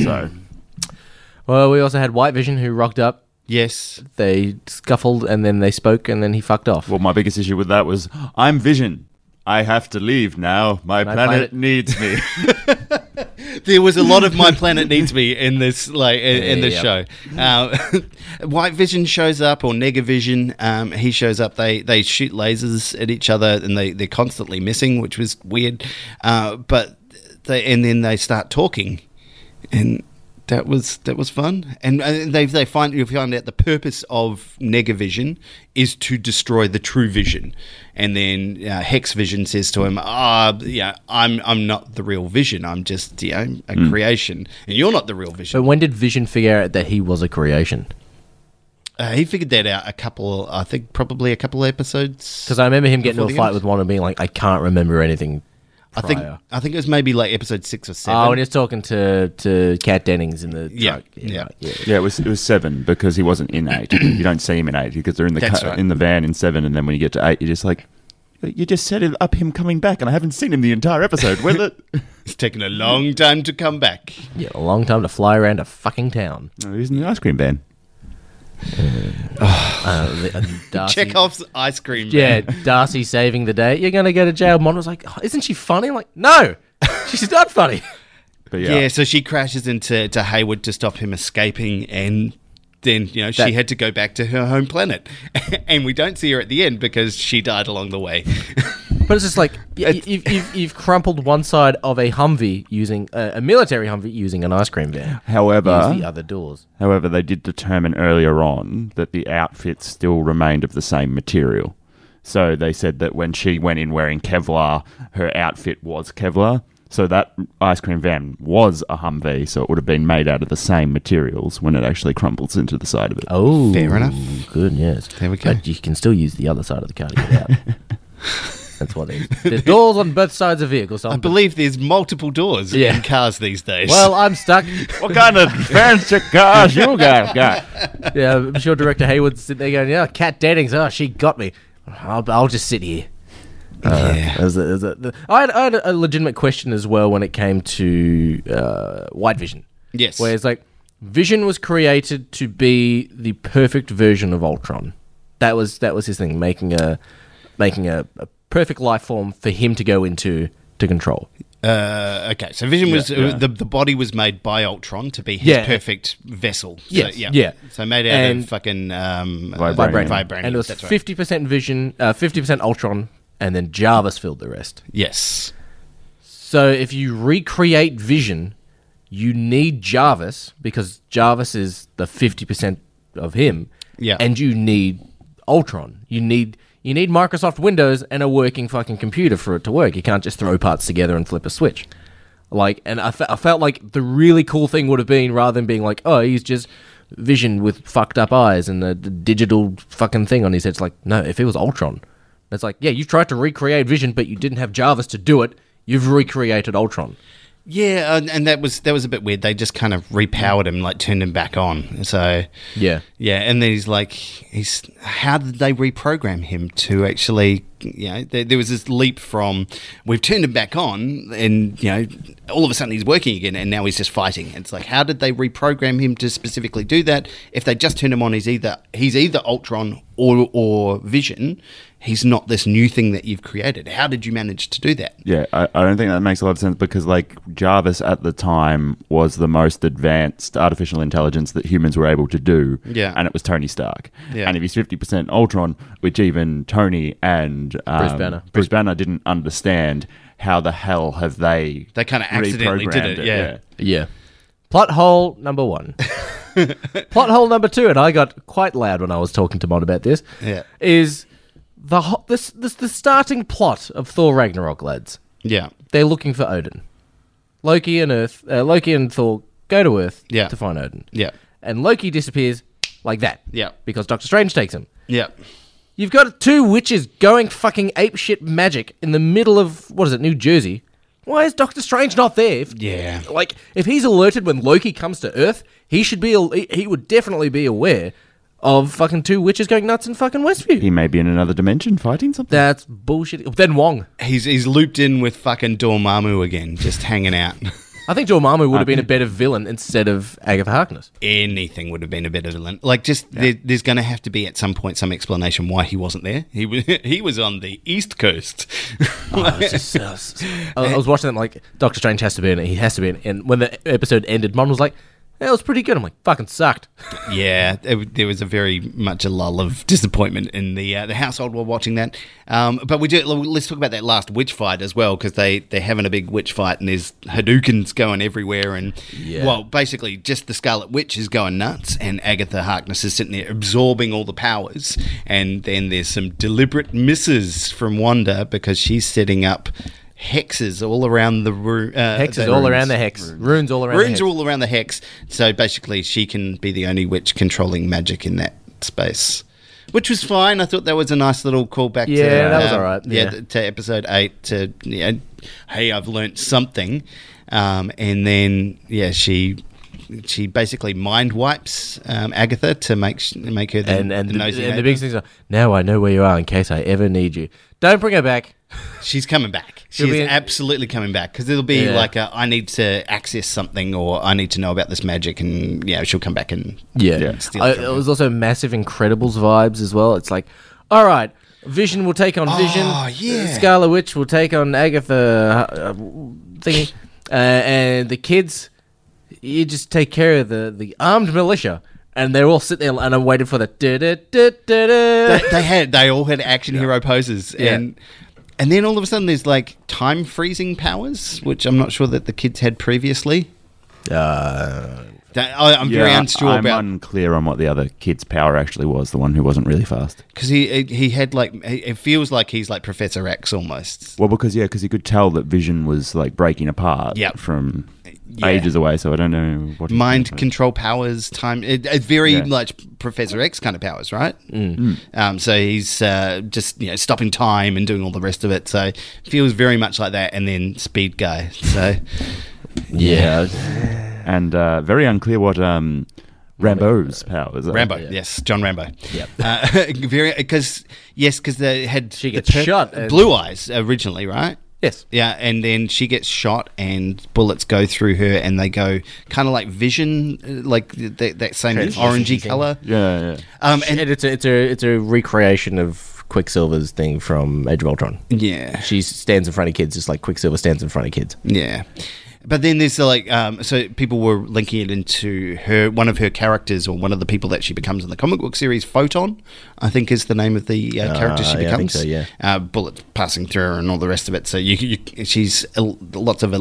S4: So,
S1: Well, we also had White Vision who rocked up.
S3: Yes.
S1: They scuffled and then they spoke and then he fucked off.
S4: well, my biggest issue with that was I'm Vision. I have to leave now. My planet,
S1: planet-
S4: needs me.
S3: There was a lot of My Planet Needs Me in this like in, in this
S1: Yeah.
S3: show. Uh, White Vision shows up or Negavision. Um, he shows up. They they shoot lasers at each other and they they're constantly missing, which was weird. Uh, but they and then they start talking, and that was that was fun. And uh, they they find you find out the purpose of Negavision is to destroy the True Vision, and then uh, Hex Vision says to him, "Ah, yeah, I'm I'm not the real Vision. I'm just you know, a creation, and you're not the real
S1: But
S3: Vision."
S1: when did Vision figure out that he was a creation?
S3: Uh, he figured that out a couple, I think, probably a couple episodes.
S1: Because I remember him getting
S3: Before
S1: into a
S3: the
S1: fight
S3: end?
S1: with one and being like, I can't remember anything.
S3: I think
S1: prior.
S3: I think it was maybe like episode six or seven.
S1: Oh, and he's talking to to Cat Dennings in the
S3: Yeah,
S1: truck.
S3: yeah.
S1: right, yeah.
S4: yeah, it was it was seven because he wasn't in eight. you don't see him in eight because they're in the
S3: That's
S4: car,
S3: right.
S4: in the van in seven, and then when you get to eight, you're just like, you just set it up him coming back, and I haven't seen him the entire episode. Where the
S3: It's taken a long time to come back.
S1: Yeah, a long time to fly around a fucking town.
S4: no, he's in the ice cream van.
S1: Uh, the- and Darcy,
S3: Chekhov's ice cream.
S1: Yeah,
S3: man.
S1: Darcy saving the day. You're gonna go to jail. Mon was like, "Oh, isn't she funny? I'm like, no, she's not funny.
S4: But
S3: Yeah.
S4: yeah,
S3: so she crashes into to Hayward to stop him escaping, and then you know she
S1: That-
S3: had to go back to her home planet, and we don't see her at the end because she died along the way.
S1: But it's just like y- y- you've, you've, you've crumpled one side of a Humvee using uh, a military Humvee using an ice cream van.
S4: however,
S3: Uh-huh.
S1: Use the other doors.
S4: However, they did determine earlier on that the outfit still remained of the same material. So they said that when she went in wearing Kevlar, her outfit was Kevlar. So that ice cream van was a Humvee, so it would have been made out of the same materials when it actually crumbles into the side of it.
S1: Oh,
S3: Fair enough.
S1: Good yes.
S3: There we go.
S1: But you can still use the other side of the car to get out. That's what it is. There's doors on both sides of vehicles. so
S3: I
S1: I'm-
S3: believe there's multiple doors
S1: Yeah.
S3: in cars these days.
S1: well, I'm stuck.
S4: What kind of fancy cars you guys got?
S1: Yeah, I'm sure Director Hayward's sitting there going, "Yeah, Cat Dennings. Oh, she got me. I'll, I'll just sit here." Uh,
S3: Yeah.
S1: there's a- there's a- the- I, had, I had a legitimate question as well when it came to uh, White Vision.
S3: Yes.
S1: where it's like Vision was created to be the perfect version of Ultron. That was that was his thing, making a making a, a perfect life form for him to go into to control.
S3: uh, okay, so Vision was the the body was made by Ultron to be his
S1: Yeah.
S3: perfect vessel.
S1: Yes,
S3: so, yeah,
S1: yeah.
S3: So made out
S1: And-
S3: of fucking um, uh,
S4: Vibranium.
S3: vibranium.
S1: and it was
S3: that's right.
S1: fifty percent Vision, uh, fifty percent Ultron, and then Jarvis filled the rest.
S3: Yes.
S1: So if you recreate Vision, you need Jarvis because Jarvis is the fifty percent of him.
S3: Yeah.
S1: And you need Ultron. You need you need Microsoft Windows and a working fucking computer for it to work. You can't just throw parts together and flip a switch. Like, and I, fe- I felt like the really cool thing would have been rather than being like, oh, he's just Vision with fucked up eyes and a d- digital fucking thing on his head. It's like, no, if it was Ultron, it's like, yeah, you tried to recreate Vision, but you didn't have Jarvis to do it. You've recreated Ultron.
S3: Yeah, and, and that was that was a bit weird. They just kind of repowered him, like turned him back on. So
S1: Yeah.
S3: yeah, and then he's like, he's how did they reprogram him to actually? You know, there, there was this leap from we've turned him back on, and you know, all of a sudden he's working again, and now he's just fighting. It's like, how did they reprogram him to specifically do that? If they just turned him on, he's either he's either Ultron or or Vision. He's not this new thing that you've created. How did you manage to do that?
S4: Yeah, I, I don't think that makes a lot of sense because, like, Jarvis at the time was the most advanced artificial intelligence that humans were able to do.
S3: Yeah.
S4: And it was Tony Stark.
S3: Yeah.
S4: And if he's 50% Ultron, which even Tony and um,
S1: Bruce Banner.
S4: Bruce Banner didn't understand, how the hell have they.
S3: They kinda accidentally did
S4: reprogrammed
S3: it, yeah.
S1: Yeah. Plot hole number one. Plot hole number two, and I got quite loud when I was talking to Mon about this.
S3: Yeah.
S1: Is the ho- this, this the starting plot of Thor Ragnarok, lads?
S3: Yeah,
S1: They're looking for Odin. Loki and Earth, uh, Loki and Thor go to Earth
S3: Yeah.
S1: to find Odin.
S3: yeah.
S1: And Loki disappears like that.
S3: Yeah.
S1: Because Doctor Strange takes him.
S3: Yeah.
S1: You've got two witches going fucking apeshit magic in the middle of what is it, New Jersey? Why is Doctor Strange not there? If,
S3: Yeah.
S1: like if he's alerted when Loki comes to Earth, he should be. al- he- He would definitely be aware of fucking two witches going nuts in fucking Westview.
S4: He may be in another dimension fighting something.
S1: That's bullshit. Then Wong.
S3: He's he's looped in with fucking Dormammu again, just hanging out.
S1: I think Dormammu would have been a better villain instead of Agatha Harkness.
S3: Anything would have been a bit of a lin- like. Just there, there's going to have to be at some point some explanation why he wasn't there. He was he was on the east coast. Oh,
S1: I was, just, I, was, I was watching them like Doctor Strange has to be in it. He has to be in it. And when the episode ended, Mum was like, "That was pretty good." I'm like, "Fucking sucked."
S3: Yeah, there w- there was a very much a lull of disappointment in the uh, the household while watching that. Um, but we do l- let's talk about that last witch fight as well because they they're having a big witch fight and there's Hadoukens going everywhere and
S1: Yeah.
S3: well basically just the Scarlet Witch is going nuts and Agatha Harkness is sitting there absorbing all the powers and then there's some deliberate misses from Wanda because she's setting up hexes all around the room. Uh,
S1: Hexes all around
S3: rooms.
S1: the hex. Runes all around. the
S3: Runes
S1: hex.
S3: are all around the hex, so basically she can be the only witch controlling magic in that space, which was fine. I thought that was a nice little callback. to, um,
S1: Yeah, that was alright,
S3: Yeah,
S1: yeah.
S3: th- to episode eight. To yeah, hey, I've learnt something, um, and then yeah, she. She basically mind wipes um, Agatha to make sh- make her the,
S1: and and
S3: the
S1: the,
S3: nosy
S1: and the
S3: neighbor.
S1: big things are now I know where you are in case I ever need you. Don't bring her back.
S3: She's coming back.
S1: She'll
S3: She's
S1: be in-
S3: absolutely coming back because it'll be
S1: Yeah.
S3: like a, I need to access something or I need to know about this magic, and yeah, she'll come back and
S1: yeah.
S3: steal
S1: I,
S3: from
S1: it was also massive Incredibles vibes as well. It's like, all right, Vision will take on Vision.
S3: Oh, yeah.
S1: Scarlet Witch will take on Agatha uh, uh, thingy, uh, and the kids. You just take care of the the armed militia, and they're all sitting there, and I'm waiting for the. da- da- da- da- da.
S3: they, they had they all had action hero poses and and then all of a sudden there's like time freezing powers which i'm not sure that the kids had previously That- I, i'm very
S4: Uh, Yeah,
S3: unsure
S4: I'm
S3: about
S4: unclear on what the other kid's power actually was. The one who wasn't really fast.
S3: because he he had like he- it feels like he's like professor x almost
S4: Well, because yeah, because you could tell that Vision was like breaking apart.
S3: Yep.
S4: from
S3: Yeah.
S4: ages away. So I don't know what he's
S3: mind
S4: doing.
S3: control powers time it, it's very
S4: Yeah. Mm.
S3: like professor x kind of powers right um, so he's uh, just you know stopping time and doing all the rest of it so feels very much like that and then speed guy so
S1: yeah.
S4: and uh, very unclear what um, Rambo's powers. Are.
S3: Rambo, yes, John Rambo.
S1: Yep.
S3: Uh, very because yes, because they had
S1: She
S3: the
S1: gets shot and-
S3: blue eyes originally, right?
S1: Yes.
S3: Yeah, and then she gets shot, and bullets go through her, and they go kind of like vision, uh, like th- th- that same orangey color.
S4: Yeah, yeah.
S3: Um,
S1: And,
S3: and
S1: it's a it's a it's a recreation of Quicksilver's thing from Age of Ultron.
S3: yeah,
S1: She stands in front of kids just like Quicksilver stands in front of kids.
S3: Yeah. But then there's the, like um, so people were linking it into her one of her characters or one of the people that she becomes in the comic book series Photon, I think is the name of the uh, character she
S1: Ah, yeah, I think
S3: becomes.
S1: so, yeah.
S3: uh, bullet passing through her and all the rest of it. So you, you she's el- lots of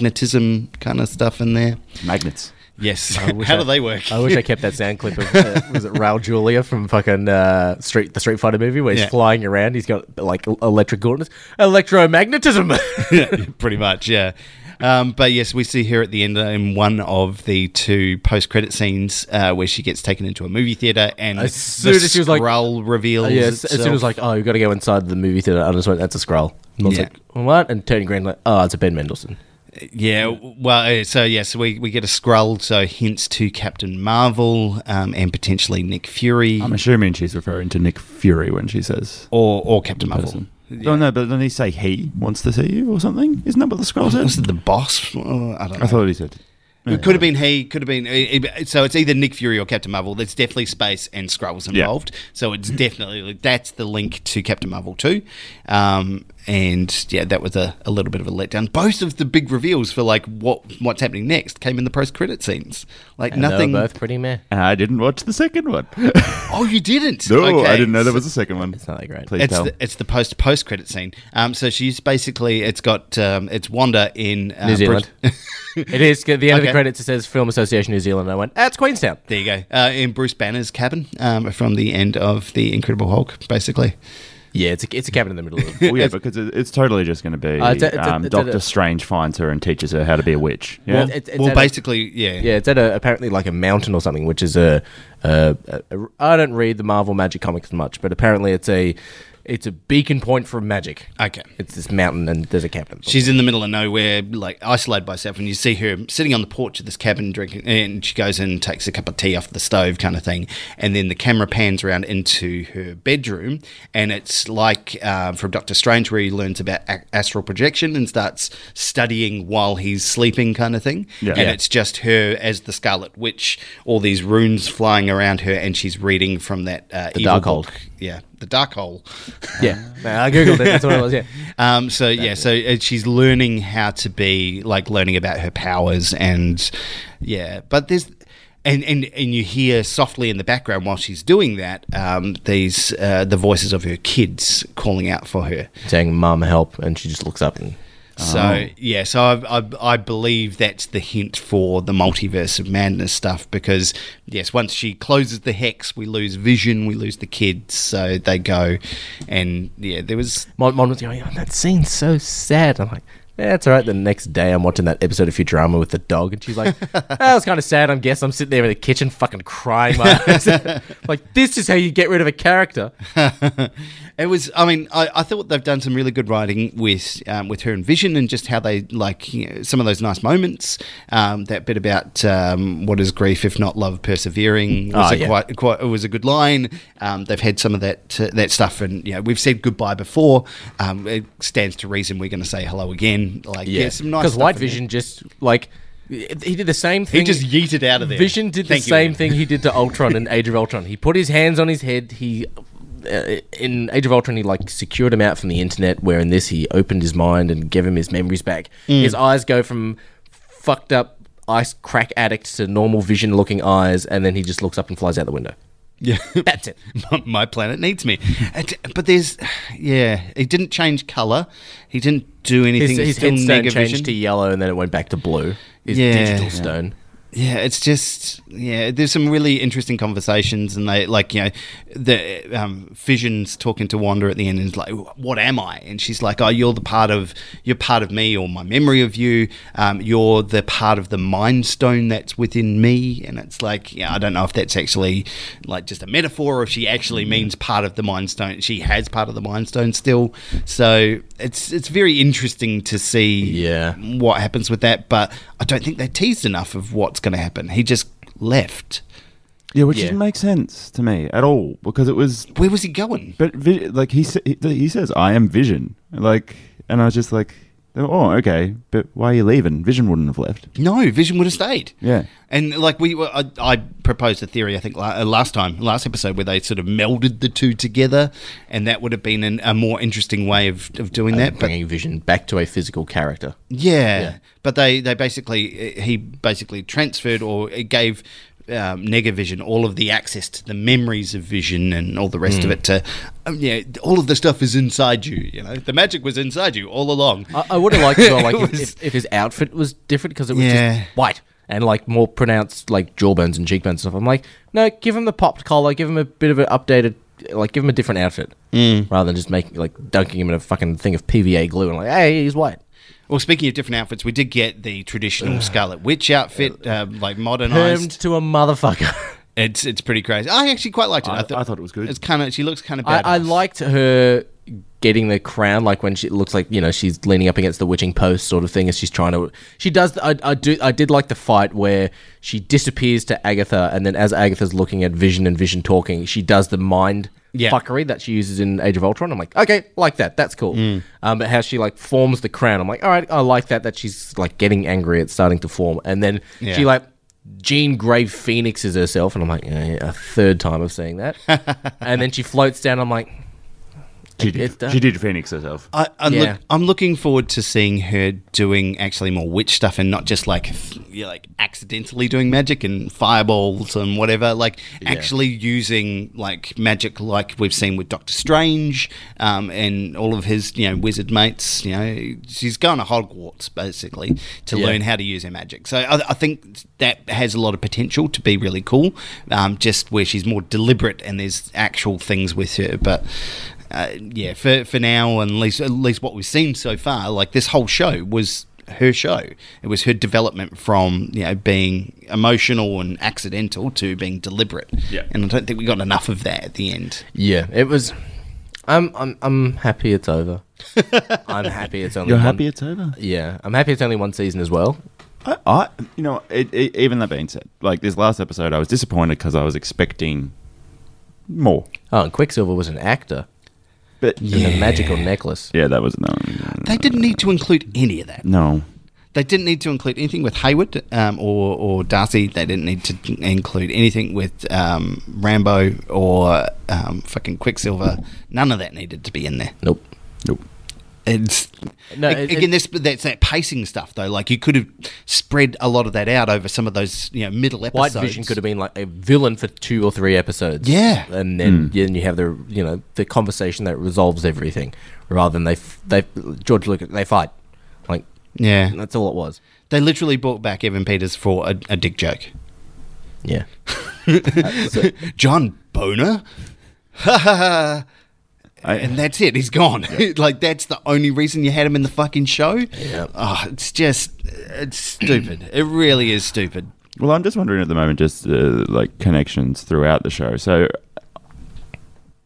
S3: electromagnetism kind of stuff in there.
S4: Magnets.
S3: Yes,
S1: wish
S3: how
S1: I-
S3: do they work?
S1: I wish I kept that sound clip of uh, was it Raul Julia from fucking uh, Street the Street Fighter movie where he's
S3: Yeah.
S1: flying around. He's got like el- electric gauntlets, electromagnetism.
S3: Yeah, pretty much, yeah. Um, but yes, we see her at the end uh, in one of the two post-credit scenes uh, where she gets taken into a movie theater, and
S1: As soon as she was like-
S3: Skrull reveals.
S1: yeah, as, as soon
S3: itself.
S1: as like oh, you got to go inside the movie theater. I just went that's a scroll. And I was
S3: Yeah.
S1: like what? And turning green like oh, it's a Ben Mendelsohn.
S3: Yeah, well, uh, so yes, we, we get a scroll, so hints to Captain Marvel um, and potentially Nick Fury
S4: I'm assuming she's referring to Nick Fury when she says
S3: or or Captain Marvel.
S4: person. Oh no, but then he say he wants to see you or something? Isn't that what the scroll
S3: Was
S4: says?
S3: it Oh, the boss? Well, I don't know.
S4: I thought he said.
S3: it could have been he, could have been. it- it- So it's either Nick Fury or Captain Marvel. There's definitely space and Skrulls
S4: Yeah.
S3: involved. So it's definitely that's the link to Captain Marvel too. Um, and yeah, that was a, a little bit of a letdown. Both of the big reveals for like what what's happening next came in the post credit scenes. Like
S1: And they were
S3: nothing.
S1: both pretty meh.
S4: And I didn't watch the second one. no,
S3: Oh, you didn't.
S4: I
S3: Okay.
S4: didn't know there was a second one.
S1: It's not that great.
S4: Please
S3: It's
S4: tell.
S3: the, it's the post post credit scene. Um, so she's basically it's got um, it's Wanda in uh,
S1: New Zealand.
S3: Bruce-
S1: It is at the end of
S3: Okay.
S1: the credits. It says Film Association New Zealand. I went that's Queenstown.
S3: there you go. Uh, in Bruce Banner's cabin um, from the end of the Incredible Hulk, basically.
S1: Yeah, it's a, it's a cabin in the middle of
S4: Well, yeah, because it, it's totally just going to be
S1: Uh, it's a- it's a-
S4: um,
S1: it's a-
S4: Doctor Strange finds her and teaches her how to be a witch. Yeah,
S1: Well, It's- it's
S3: well,
S1: at a-
S3: basically, yeah.
S1: Yeah, it's at a, apparently like a mountain or something, which is a, a, a, a. I don't read the Marvel Magic comics much, but apparently it's a it's a beacon point for magic.
S3: Okay.
S1: It's this mountain and there's a cabin.
S3: She's in the middle of nowhere, like isolated by herself, and you see her sitting on the porch of this cabin drinking, and she goes and takes a cup of tea off the stove, kind of thing. And then the camera pans around into her bedroom, and it's like uh, from Doctor Strange, where he learns about a- astral projection and starts studying while he's sleeping, kind of thing.
S4: Yeah.
S3: And
S4: Yeah.
S3: it's just her as the Scarlet Witch, all these runes flying around her, and she's reading from that uh, the
S1: dark hole.
S3: Yeah, the dark hole.
S1: yeah. No, I googled it. That's what it was. Yeah.
S3: Um, so yeah, so uh, she's learning how to be like learning about her powers and yeah, but there's and and and you hear softly in the background while she's doing that um, these uh, the voices of her kids calling out for her.
S1: Saying "Mum, help!" and she just looks up and
S3: So yeah, so I, I I believe that's the hint for the multiverse of madness stuff because yes, once she closes the hex, we lose vision, we lose the kids, so they go and yeah, there was
S1: Mon, Mon was going, oh, "That scene's so sad." I'm like. Yeah, that's all right. The next day, I'm watching that episode of Futurama with the dog, and she's like, "That was kind of sad." I'm guess I'm sitting there in the kitchen, fucking crying my eyes out. like, "This is how you get rid of a character."
S3: it was. I mean, I, I thought they've done some really good writing with um, with her and Vision, and just how they like you know, some of those nice moments. Um, that bit about um, what is grief if not love persevering was
S1: Oh,
S3: a
S1: yeah.
S3: quite quite it was a good line. Um, they've had some of that uh, that stuff, and you know we've said goodbye before. Um, it stands to reason we're going to say hello again. Like yeah, some nice
S1: Because
S3: stuff
S1: White
S3: in there.
S1: Vision just like he did the same thing.
S3: He just yeeted out of there.
S1: Vision did
S3: Thank
S1: the
S3: you,
S1: same
S3: Ian.
S1: thing he did to Ultron in Age of Ultron. He put his hands on his head. He uh, in Age of Ultron he like secured him out from the internet. Where in this he opened his mind and gave him his memories back.
S3: Mm.
S1: His eyes go from fucked up ice crack addict to normal vision looking eyes, and then he just looks up and flies out the window.
S3: Yeah.
S1: That's it.
S3: My- my planet needs me. It- But there's, yeah, he didn't change color. He didn't do
S1: His,
S3: anything.
S1: his
S3: He's still
S1: headstone
S3: negavision.
S1: changed to yellow, and then it went back to blue. His
S3: Yeah.
S1: digital
S3: Yeah.
S1: stone.
S3: yeah, it's just yeah. There's some really interesting conversations, and they like you know the um, Vision's talking to Wanda at the end, and is like, "What am I?" And she's like, "Oh, you're the part of you're part of me, or my memory of you. Um, you're the part of the Mind Stone that's within me." And it's like, yeah, I don't know if that's actually like just a metaphor, or if she actually means part of the Mind Stone. She has part of the Mind Stone still, so it's it's very interesting to see
S1: Yeah.
S3: what happens with that, but I don't think they teased enough of what's going to happen. He just left.
S4: yeah, which
S1: Yeah.
S4: doesn't make sense to me at all because it was.
S3: Where was he going?
S4: But vi- like he sa- he he says, "I am Vision," like, and I was just like, "Oh, okay." But why are you leaving? Vision wouldn't have left.
S3: No, Vision would have stayed.
S4: Yeah.
S3: and like we, were, I, I proposed a theory. I think la- uh, last time, last episode, where they sort of melded the two together, and that would have been an, a more interesting way of, of doing that. But
S1: Bringing Vision back to a physical character.
S3: Yeah,
S1: Yeah.
S3: but they they basically eh, he basically transferred or gave um, Negavision all of the access to the memories of Vision and all the rest
S4: Hmm.
S3: of it to um, yeah all of the stuff is inside you you know the magic was inside you all along
S1: I, I would have liked as well, like
S3: It
S1: if,
S3: was-
S1: if, if his outfit was different because it was
S3: Yeah.
S1: just white and like more pronounced like jawbones and cheekbones and stuff. I'm like, no, give him the popped collar, give him a bit of an updated, like give him a different outfit
S3: Mm.
S1: rather than just making like dunking him in a fucking thing of PVA glue and like, hey, he's white.
S3: well speaking of different outfits we did get the traditional Scarlet Witch outfit uh, like
S1: Permed
S3: modernized
S1: to a motherfucker.
S3: it's it's pretty crazy I actually quite liked it
S4: I- I thought it was good.
S3: it's kind of she looks kind of bad
S1: I, I liked her getting the crown, like when she it looks like you know she's leaning up against the witching post, sort of thing, as she's trying to. She does. I, I do. I did like the fight where she disappears to Agatha, and then as Agatha's looking at Vision and Vision talking, she does the mind
S3: Yeah.
S1: fuckery that she uses in Age of Ultron. I'm like, okay, like that. That's cool. Um, but how she like forms the crown, I'm like, all right, I like that. That she's like getting angry, it's starting to form, and then
S3: Yeah.
S1: she like. Jean Grey phoenixes herself, and I'm like, eh, a third time of seeing that. and then she floats down. I'm like,
S4: She
S1: It's
S4: did.
S1: done.
S4: She did Phoenix herself.
S3: I, I'm,
S1: Yeah.
S3: look, I'm looking forward to seeing her doing actually more witch stuff and not just like f- you know, like accidentally doing magic and fireballs and whatever. Like actually using like magic, like we've seen with Doctor Strange um, and all of his you know wizard mates. You know, she's going to Hogwarts basically to
S1: Yeah.
S3: learn how to use her magic. So I, I think that has a lot of potential to be really cool. Um, just where she's more deliberate and there's actual things with her, but. uh, yeah, for for now, and at least at least what we've seen so far, like this whole show was her show. It was her development from you know being emotional and accidental to being deliberate.
S4: Yeah.
S3: and I don't think we got enough of that at the end.
S1: Yeah, it was. I'm I'm I'm happy it's over. I'm happy it's only.
S4: You're
S1: one-
S4: happy it's over.
S1: Yeah, I'm happy it's only one season as well.
S4: I, I you know, it, it, even that being said, like this last episode, I was disappointed because I was expecting more.
S1: Oh, and Quicksilver was an actor
S4: But
S1: in a magical necklace.
S4: yeah, that was no,
S3: They didn't need to include any of that.
S4: no.
S3: They didn't need to include anything with Hayward um, or or Darcy. They didn't need to include anything with um, Rambo or um, fucking Quicksilver. None of that needed to be in there.
S1: Nope.
S4: Nope.
S3: It's
S1: No,
S3: a-
S1: it-
S3: again,
S1: it-
S3: this that's that pacing stuff though. Like you could have spread a lot of that out over some of those you know middle
S1: White
S3: episodes.
S1: Vision could have been like a villain for two or three episodes.
S3: Yeah.
S1: and then then you have the you know the conversation that resolves everything, rather than they f- they George Lucas they fight, like
S3: Yeah,
S1: that's all it was.
S3: they literally brought back Evan Peters for a, a dick joke.
S1: Yeah,
S3: John Boner, ha ha ha. And that's it. He's gone. like that's the only reason you had him in the fucking show. Yeah. Oh, it's just it's stupid. it really is stupid.
S4: Well, I'm just wondering at the moment, just uh, like connections throughout the show. So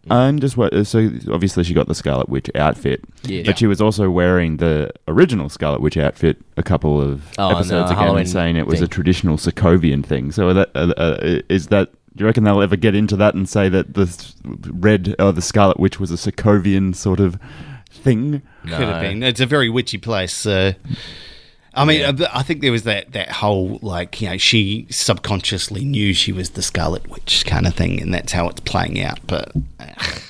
S1: Mm.
S4: I'm just wa- so obviously she got the Scarlet Witch outfit,
S1: Yeah.
S4: but she was also wearing the original Scarlet Witch outfit a couple of
S1: Oh, and the
S4: episodes ago,
S1: Halloween
S4: and saying it was a
S1: thing.
S4: traditional Sokovian thing. So that uh, uh, is that. Do you reckon they'll ever get into that and say that the s- red or the Scarlet Witch was a Sokovian sort of thing?
S3: Could have been. It's a very witchy place. Uh, I mean, I I think there was that, that whole like you know she subconsciously knew she was the Scarlet Witch kind of thing, and that's how it's playing out. But uh,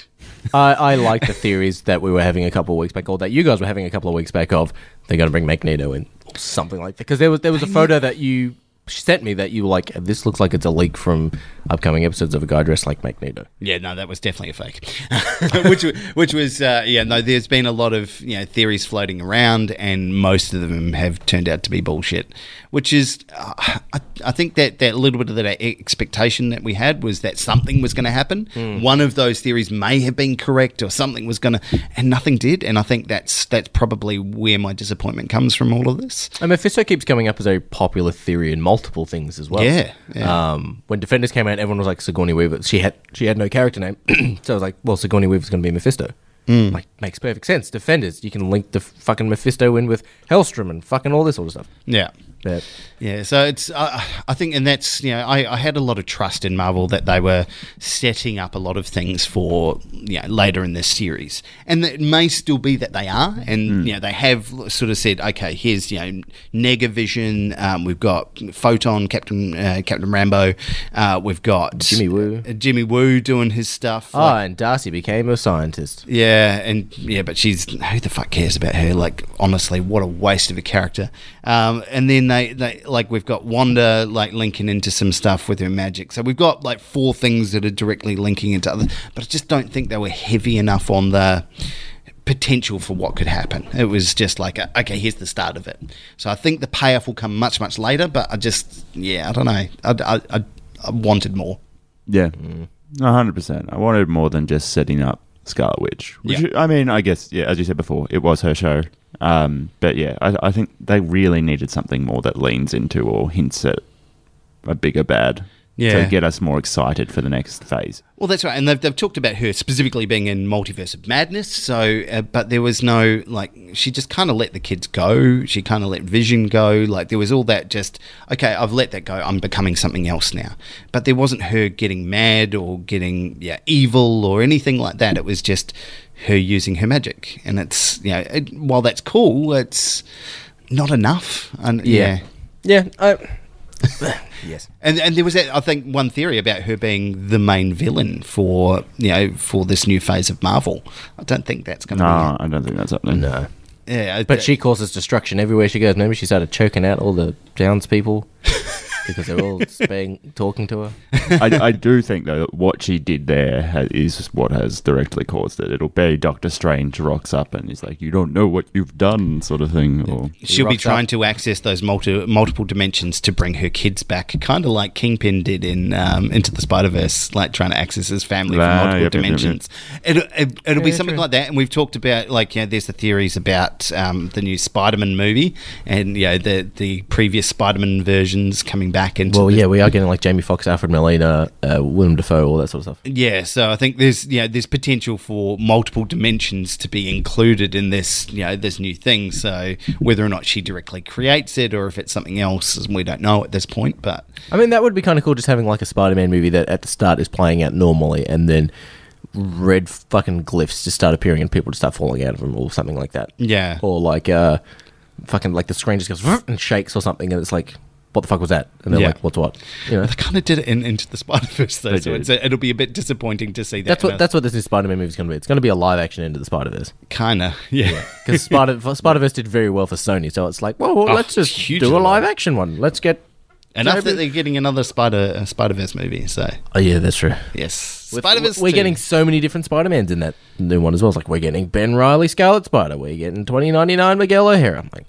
S1: I, I like the theories that we were having a couple of weeks back, or that you guys were having a couple of weeks back of they're going to bring Magneto in or something like that. Because there was there was a photo that you sent me that you were like, this looks like it's a leak from upcoming episodes of a guy dressed like Magneto.
S3: Yeah, no, that was definitely a fake. which, wa- which was, uh, yeah, no. There's been a lot of you know theories floating around, and most of them have turned out to be bullshit. Which is, uh, I, I think that that little bit of that expectation that we had was that something was going to happen. One of those theories may have been correct, or something was going to, and nothing did. And I think that's that's probably where my disappointment comes from. All of this,
S1: And Mephisto keeps coming up as a popular theory in multiple things as well.
S3: Yeah, yeah.
S1: Um, when Defenders came out, everyone was like Sigourney Weaver. She had she had no character name, so I was like, well, Sigourney Weaver's going to be Mephisto.
S3: Mm.
S1: Like makes perfect sense. Defenders, you can link the fucking Mephisto in with Hellstrom and fucking all this sort of stuff.
S3: yeah.
S1: But
S3: Yeah, so it's uh, I think, and that's you know I, I had a lot of trust in Marvel that they were setting up a lot of things for you know later in this series, and it may still be that they are, and you know they have sort of said, okay, here's you know Negavision, um, we've got Photon, Captain uh, Captain Rambo, uh, we've got
S1: Jimmy Woo.
S3: uh, Jimmy Woo doing his stuff.
S1: Oh,
S3: like-
S1: and Darcy became a scientist.
S3: yeah, and yeah, but she's who the fuck cares about her? Like, honestly, what a waste of a character. Um, and then they, they like we've got Wanda like linking into some stuff with her magic. So we've got like four things that are directly linking into other. But I just don't think they were heavy enough on the potential for what could happen. It was just like, a, okay, here's the start of it. So I think the payoff will come much much later. But I just, yeah, I don't know. I, I, I, I wanted more.
S4: Yeah, Mm. a hundred percent. I wanted more than just setting up Scarlet Witch. Which
S3: Yeah.
S4: I mean, I guess yeah, as you said before, it was her show. Um, but yeah, I, I think they really needed something more that leans into or hints at a bigger bad.
S3: Yeah.
S4: to get us more excited for the next phase.
S3: Well, that's right, and they've, they've talked about her specifically being in Multiverse of Madness. So, uh, but there was no like she just kind of let the kids go. She kind of let Vision go. Like there was all that just okay, I've let that go. I'm becoming something else now. But there wasn't her getting mad or getting yeah evil or anything like that. It was just her using her magic, and it's you know it, while that's cool, it's not enough. And yeah.
S1: Yeah. I, yes.
S3: And, and there was that, I think one theory about her being the main villain for you know for this new phase of Marvel. I don't think that's going to
S4: No, I don't think that's happening. No,
S3: be. Yeah,
S1: But she causes destruction everywhere she goes. Remember, she started choking out all the townspeople. because they're all spang- talking to her.
S4: I, I do think though that what she did there ha- is what has directly caused it. It'll be Doctor Strange rocks up and is like, "You don't know what you've done," sort of thing. Or
S3: She'll be
S1: rocks up.
S3: trying to access those multi, multiple dimensions to bring her kids back, kind of like Kingpin did in um, Into the Spider Verse, like trying to access his family
S4: Ah,
S3: from multiple
S4: yep, yep, yep, yep.
S3: dimensions. It'll, it, it'll be something like that. And we've talked about, like, you know, there's the theories about um, the new Spider Man movie and, you know, the, the previous Spider Man versions coming back into
S1: Well,
S3: the-
S1: yeah, we are getting like Jamie Foxx, Alfred Molina, uh, Willem Dafoe, all that sort of stuff.
S3: Yeah, so I think there's you know there's potential for multiple dimensions to be included in this you know this new thing. So whether or not she directly creates it or if it's something else, we don't know at this point. But
S1: I mean, that would be kind of cool just having like a Spider Man movie that at the start is playing out normally and then red fucking glyphs just start appearing and people just start falling out of them or something like that.
S3: yeah,
S1: Or like, uh, fucking like the screen just goes "Vroom," and shakes or something and it's like, what the fuck was that? And they're
S3: Yeah.
S1: like, what's what? You know?
S3: they kind of did it in Into the Spider Verse though,
S4: They
S3: so
S4: did.
S3: it's a, it'll be a bit disappointing to see that.
S1: That's what that's what this new Spider Man movie is going to be. It's going to be a live action end of the Spider Verse
S3: kind of yeah.
S1: because Spider Spider Verse did very well for Sony, so it's like, well, well,
S3: Oh,
S1: let's just
S3: hugely
S1: do a
S3: well.
S1: live action one. Let's get
S3: Enough that
S1: Maybe-
S3: they're getting another Spider uh, Spider Verse movie. So
S1: oh yeah, that's true.
S3: yes,
S1: With-
S3: Spider Verse.
S1: We're getting so many different Spider Mans in that new one as well. It's like we're getting Ben Riley Scarlet Spider. We're getting twenty ninety nine Miguel O'Hara. I'm like,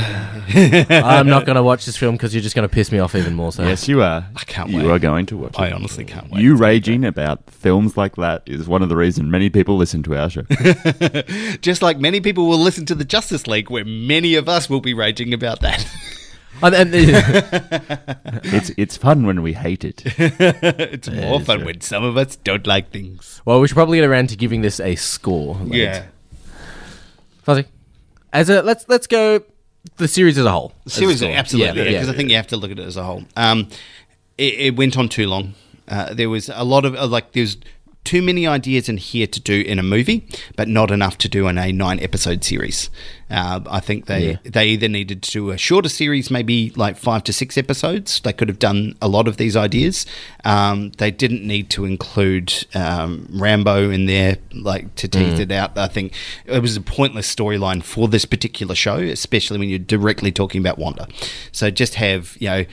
S1: I'm not gonna watch this film because you're just gonna piss me off even more. So
S4: yes, you are.
S3: I can't
S4: You
S3: wait.
S4: are going to watch.
S3: I
S4: it.
S3: honestly can't wait.
S4: You raging about films like that is one of the reason many people listen to our show.
S3: Just like many people will listen to the Justice League, where many of us will be raging about that.
S1: And- and-
S4: it's it's fun when we hate it.
S3: it's more fun when some of us don't like things.
S1: well, we should probably get around to giving this a score. Like, Fuzzy. As a let's let's go the series as a whole. As a
S3: Seriously,
S1: score.
S3: absolutely.
S1: Yeah,
S3: Because
S1: yeah.
S3: I think you have to look at it as a whole. Um, it, it went on too long. Uh, there was a lot of, uh, like, there's too many ideas in here to do in a movie, but not enough to do in a nine episode series. Uh, I think they,
S1: Yeah.
S3: they either needed to do a shorter series, maybe like five to six episodes. They could have done a lot of these ideas. Um, they didn't need to include um, Rambo in there, like to tease it out. I think it was a pointless storyline for this particular show, especially when you're directly talking about Wanda. So just have you know.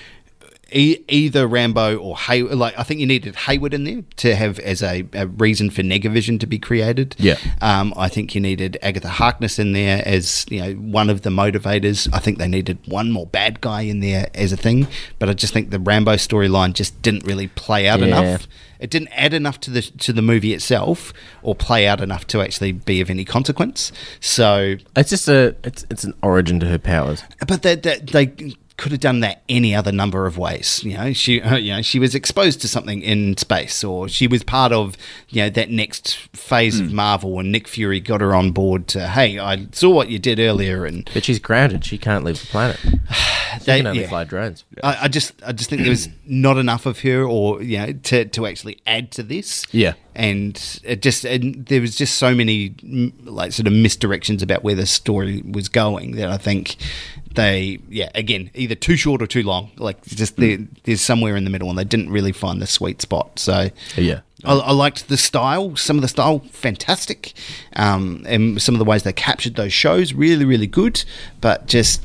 S3: E- either Rambo or Hayward, like I think you needed Hayward in there to have as a, a reason for Negavision to be created.
S1: Yeah.
S3: Um, I think you needed Agatha Harkness in there as you know one of the motivators. I think they needed one more bad guy in there as a thing, but I just think the Rambo storyline just didn't really play out
S1: Yeah.
S3: enough. It didn't add enough to the to the movie itself, or play out enough to actually be of any consequence. So,
S1: It's just a it's it's an origin to her powers.
S3: but that that they could have done that any other number of ways. You know, she uh, you know she was exposed to something in space, or she was part of you know that next phase
S1: Hmm.
S3: of Marvel, and Nick Fury got her on board to hey, I saw what you did earlier, and
S1: But she's grounded. She can't leave the planet.
S3: they,
S1: She can only
S3: yeah.
S1: fly drones.
S3: I, I just I just think there was not enough of her, or you know, to, to actually add to this.
S1: Yeah.
S3: and it just and there was just so many mm, like sort of misdirections about where the story was going that I think they yeah again either too short or too long. Like just there, there's somewhere in the middle, and they didn't really find the sweet spot. So
S1: Yeah.
S3: I, I liked the style. Some of the style, fantastic, um, and some of the ways they captured those shows, really, really good. But just,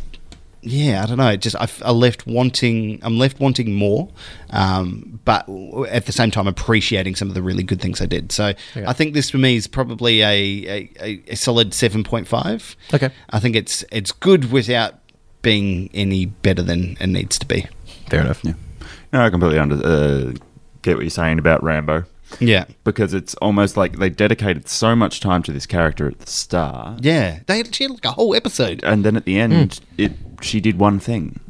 S3: yeah, I don't know. Just I, f- I left wanting. I'm left wanting more, um, but w- at the same time appreciating some of the really good things I did. So I think this for me is probably a a, a, a solid seven point five.
S1: Okay.
S3: I think it's it's good without being any better than it needs to be.
S1: Fair enough.
S4: Yeah. No, I completely under uh, get what you're saying about Rambo
S3: Yeah.
S4: because it's almost like they dedicated so much time to this character at the start,
S3: Yeah, they had she had like a whole episode.
S4: and then at the end, it she did one thing,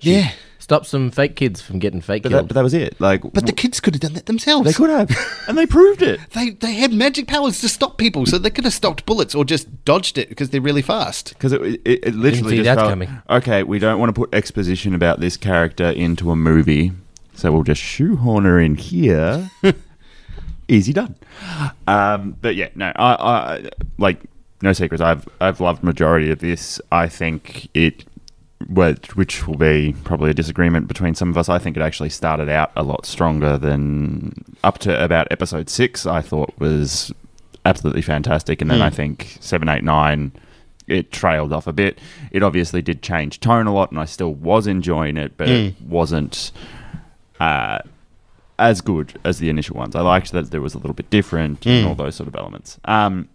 S3: Yeah,
S1: Stop some fake kids from getting fake
S4: but that,
S1: killed.
S4: but that was it. Like,
S3: but the
S4: w-
S3: kids could have done that themselves.
S4: they could have, and they proved it.
S3: they they had magic powers to stop people, so they could have stopped bullets or just dodged it because they're really fast.
S4: Because it, it, it literally
S1: see
S4: just
S1: that
S4: felt,
S1: coming.
S4: okay, we don't want to put exposition about this character into a movie, so we'll just shoehorn her in here. Easy done. Um, but yeah, no, I, I like no secrets. I've I've loved majority of this. I think it, which, which will be probably a disagreement between some of us. I think it actually started out a lot stronger than up to about episode six. I thought was absolutely fantastic, and then I think seven, eight, nine it trailed off a bit. It obviously did change tone a lot, and I still was enjoying it, but it wasn't uh, as good as the initial ones. I liked that there was a little bit different
S3: Hmm.
S4: and all those sort of elements. Um,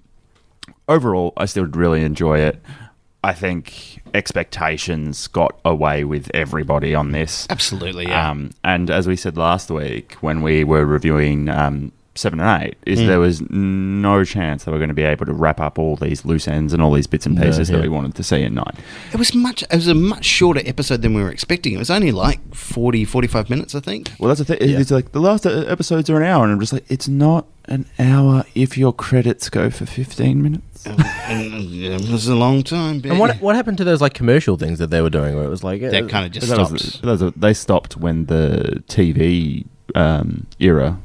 S4: overall, I still really enjoy it. I think expectations got away with everybody on this.
S3: Absolutely, yeah.
S4: Um, and as we said last week when we were reviewing um, seven and eight,
S3: Hmm.
S4: is there was no chance that we're going to be able to wrap up all these loose ends and all these bits and pieces
S1: yeah.
S4: that we wanted to see in nine.
S3: it was much. It was a much shorter episode than we were expecting. It was only like 40, 45 minutes, I think.
S4: Well, that's the thing.
S3: Yeah.
S4: It's like the last uh, episodes are an hour, and I'm just like, it's not an hour if your credits go for 15 minutes.
S3: And it was a long time. But
S1: And what what happened to those like commercial things that they were doing where it was like uh,
S3: that kind of just
S4: That was-
S3: stopped.
S4: that was- they stopped when the TV um, era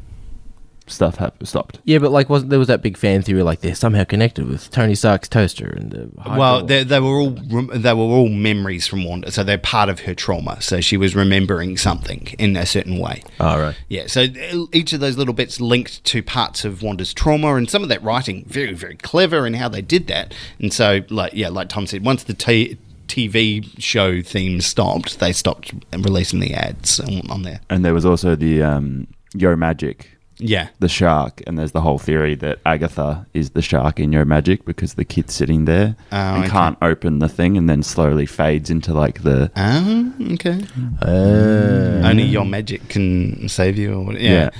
S4: stuff hap- stopped.
S1: Yeah, but like wasn't there was that big fan theory like they're somehow connected with Tony Stark's toaster and the hydro-
S3: Well, they, they were all rem- they were all memories from Wanda, so they're part of her trauma. So she was remembering something in a certain way.
S1: oh right.
S3: Yeah, so uh, each of those little bits linked to parts of Wanda's trauma, and some of that writing very, very clever in how they did that. And so, like yeah, like Tom said, once the t- TV show theme stopped, they stopped releasing the ads on, on there.
S4: And there was also the um, Yo Magic
S3: Yeah,
S4: the shark, and there's the whole theory that Agatha is the shark in Your Magic because the kid's sitting there
S3: Oh,
S4: and
S3: okay.
S4: can't open the thing, and then slowly fades into like the
S3: Ah, okay.
S4: Mm.
S3: Only your magic can save you. Or, yeah.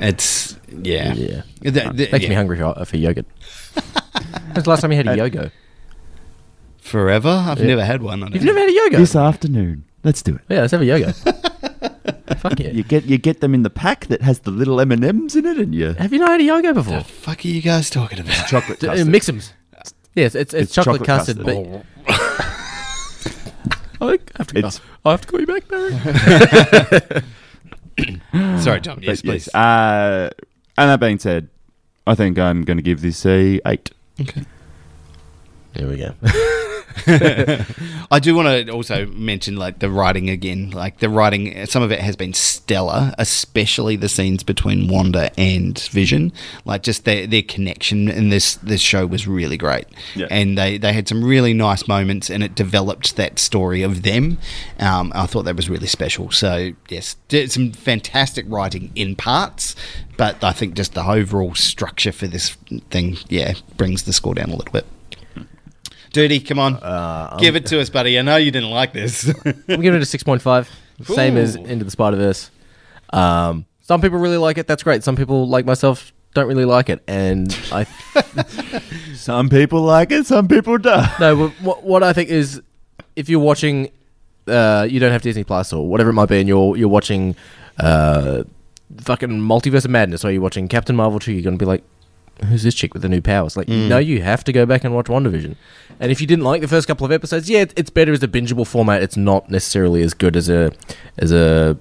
S3: It's, yeah.
S1: Yeah.
S3: That- that-
S1: Makes
S3: yeah.
S1: me hungry for, for yogurt. When's the last time you had
S4: Uh,
S1: a yogo?
S3: Forever? I've never had one. I don't
S1: You've never had a yogo.
S4: this uh, afternoon. Let's do it.
S1: yeah, let's have a yogo. Fuck yeah.
S4: You get you get them in the pack that has the little M and M's in it, and you
S1: Have you not had a yogo before?
S3: fuck are you guys talking about?
S4: chocolate
S1: D- uh,
S4: custard.
S1: Mixems. Yes, it's, it's,
S4: It's
S1: chocolate, custard.
S4: chocolate custard.
S1: But I have to
S4: It's-
S1: I have to call you back, Barry.
S3: Sorry, Tom. Yes,
S4: But
S3: please.
S4: yes, uh, and that being said, I think I'm going to give this a eight.
S3: okay.
S1: There we go.
S3: I do want to also mention like the writing again. Like the writing, some of it has been stellar, especially the scenes between Wanda and Vision. Like just their, their connection in this this show was really great,
S4: Yeah.
S3: and they they had some really nice moments, and it developed that story of them. Um, I thought that was really special. So yes, did some fantastic writing in parts, but I think just the overall structure for this thing, yeah, brings the score down a little bit. Duty, come on. Give it to us, buddy. I know you didn't like this.
S1: I'm giving it a six point five, same as
S3: Ooh.
S1: Into the Spider Verse. Um, some people really like it. That's great. Some people like myself don't really like it, and I
S4: Some people like it, some people don't.
S1: no. But what, what I think is, if you're watching, uh, you don't have Disney Plus or whatever it might be, and you're you're watching, uh, fucking Multiverse of Madness, or you're watching Captain Marvel two, you're gonna be like. Who's this chick with the new powers? Like, no, you have to go back and watch WandaVision. And if you didn't like the first couple of episodes, yeah, it- it's better as a bingeable format. It's not necessarily as good as a as a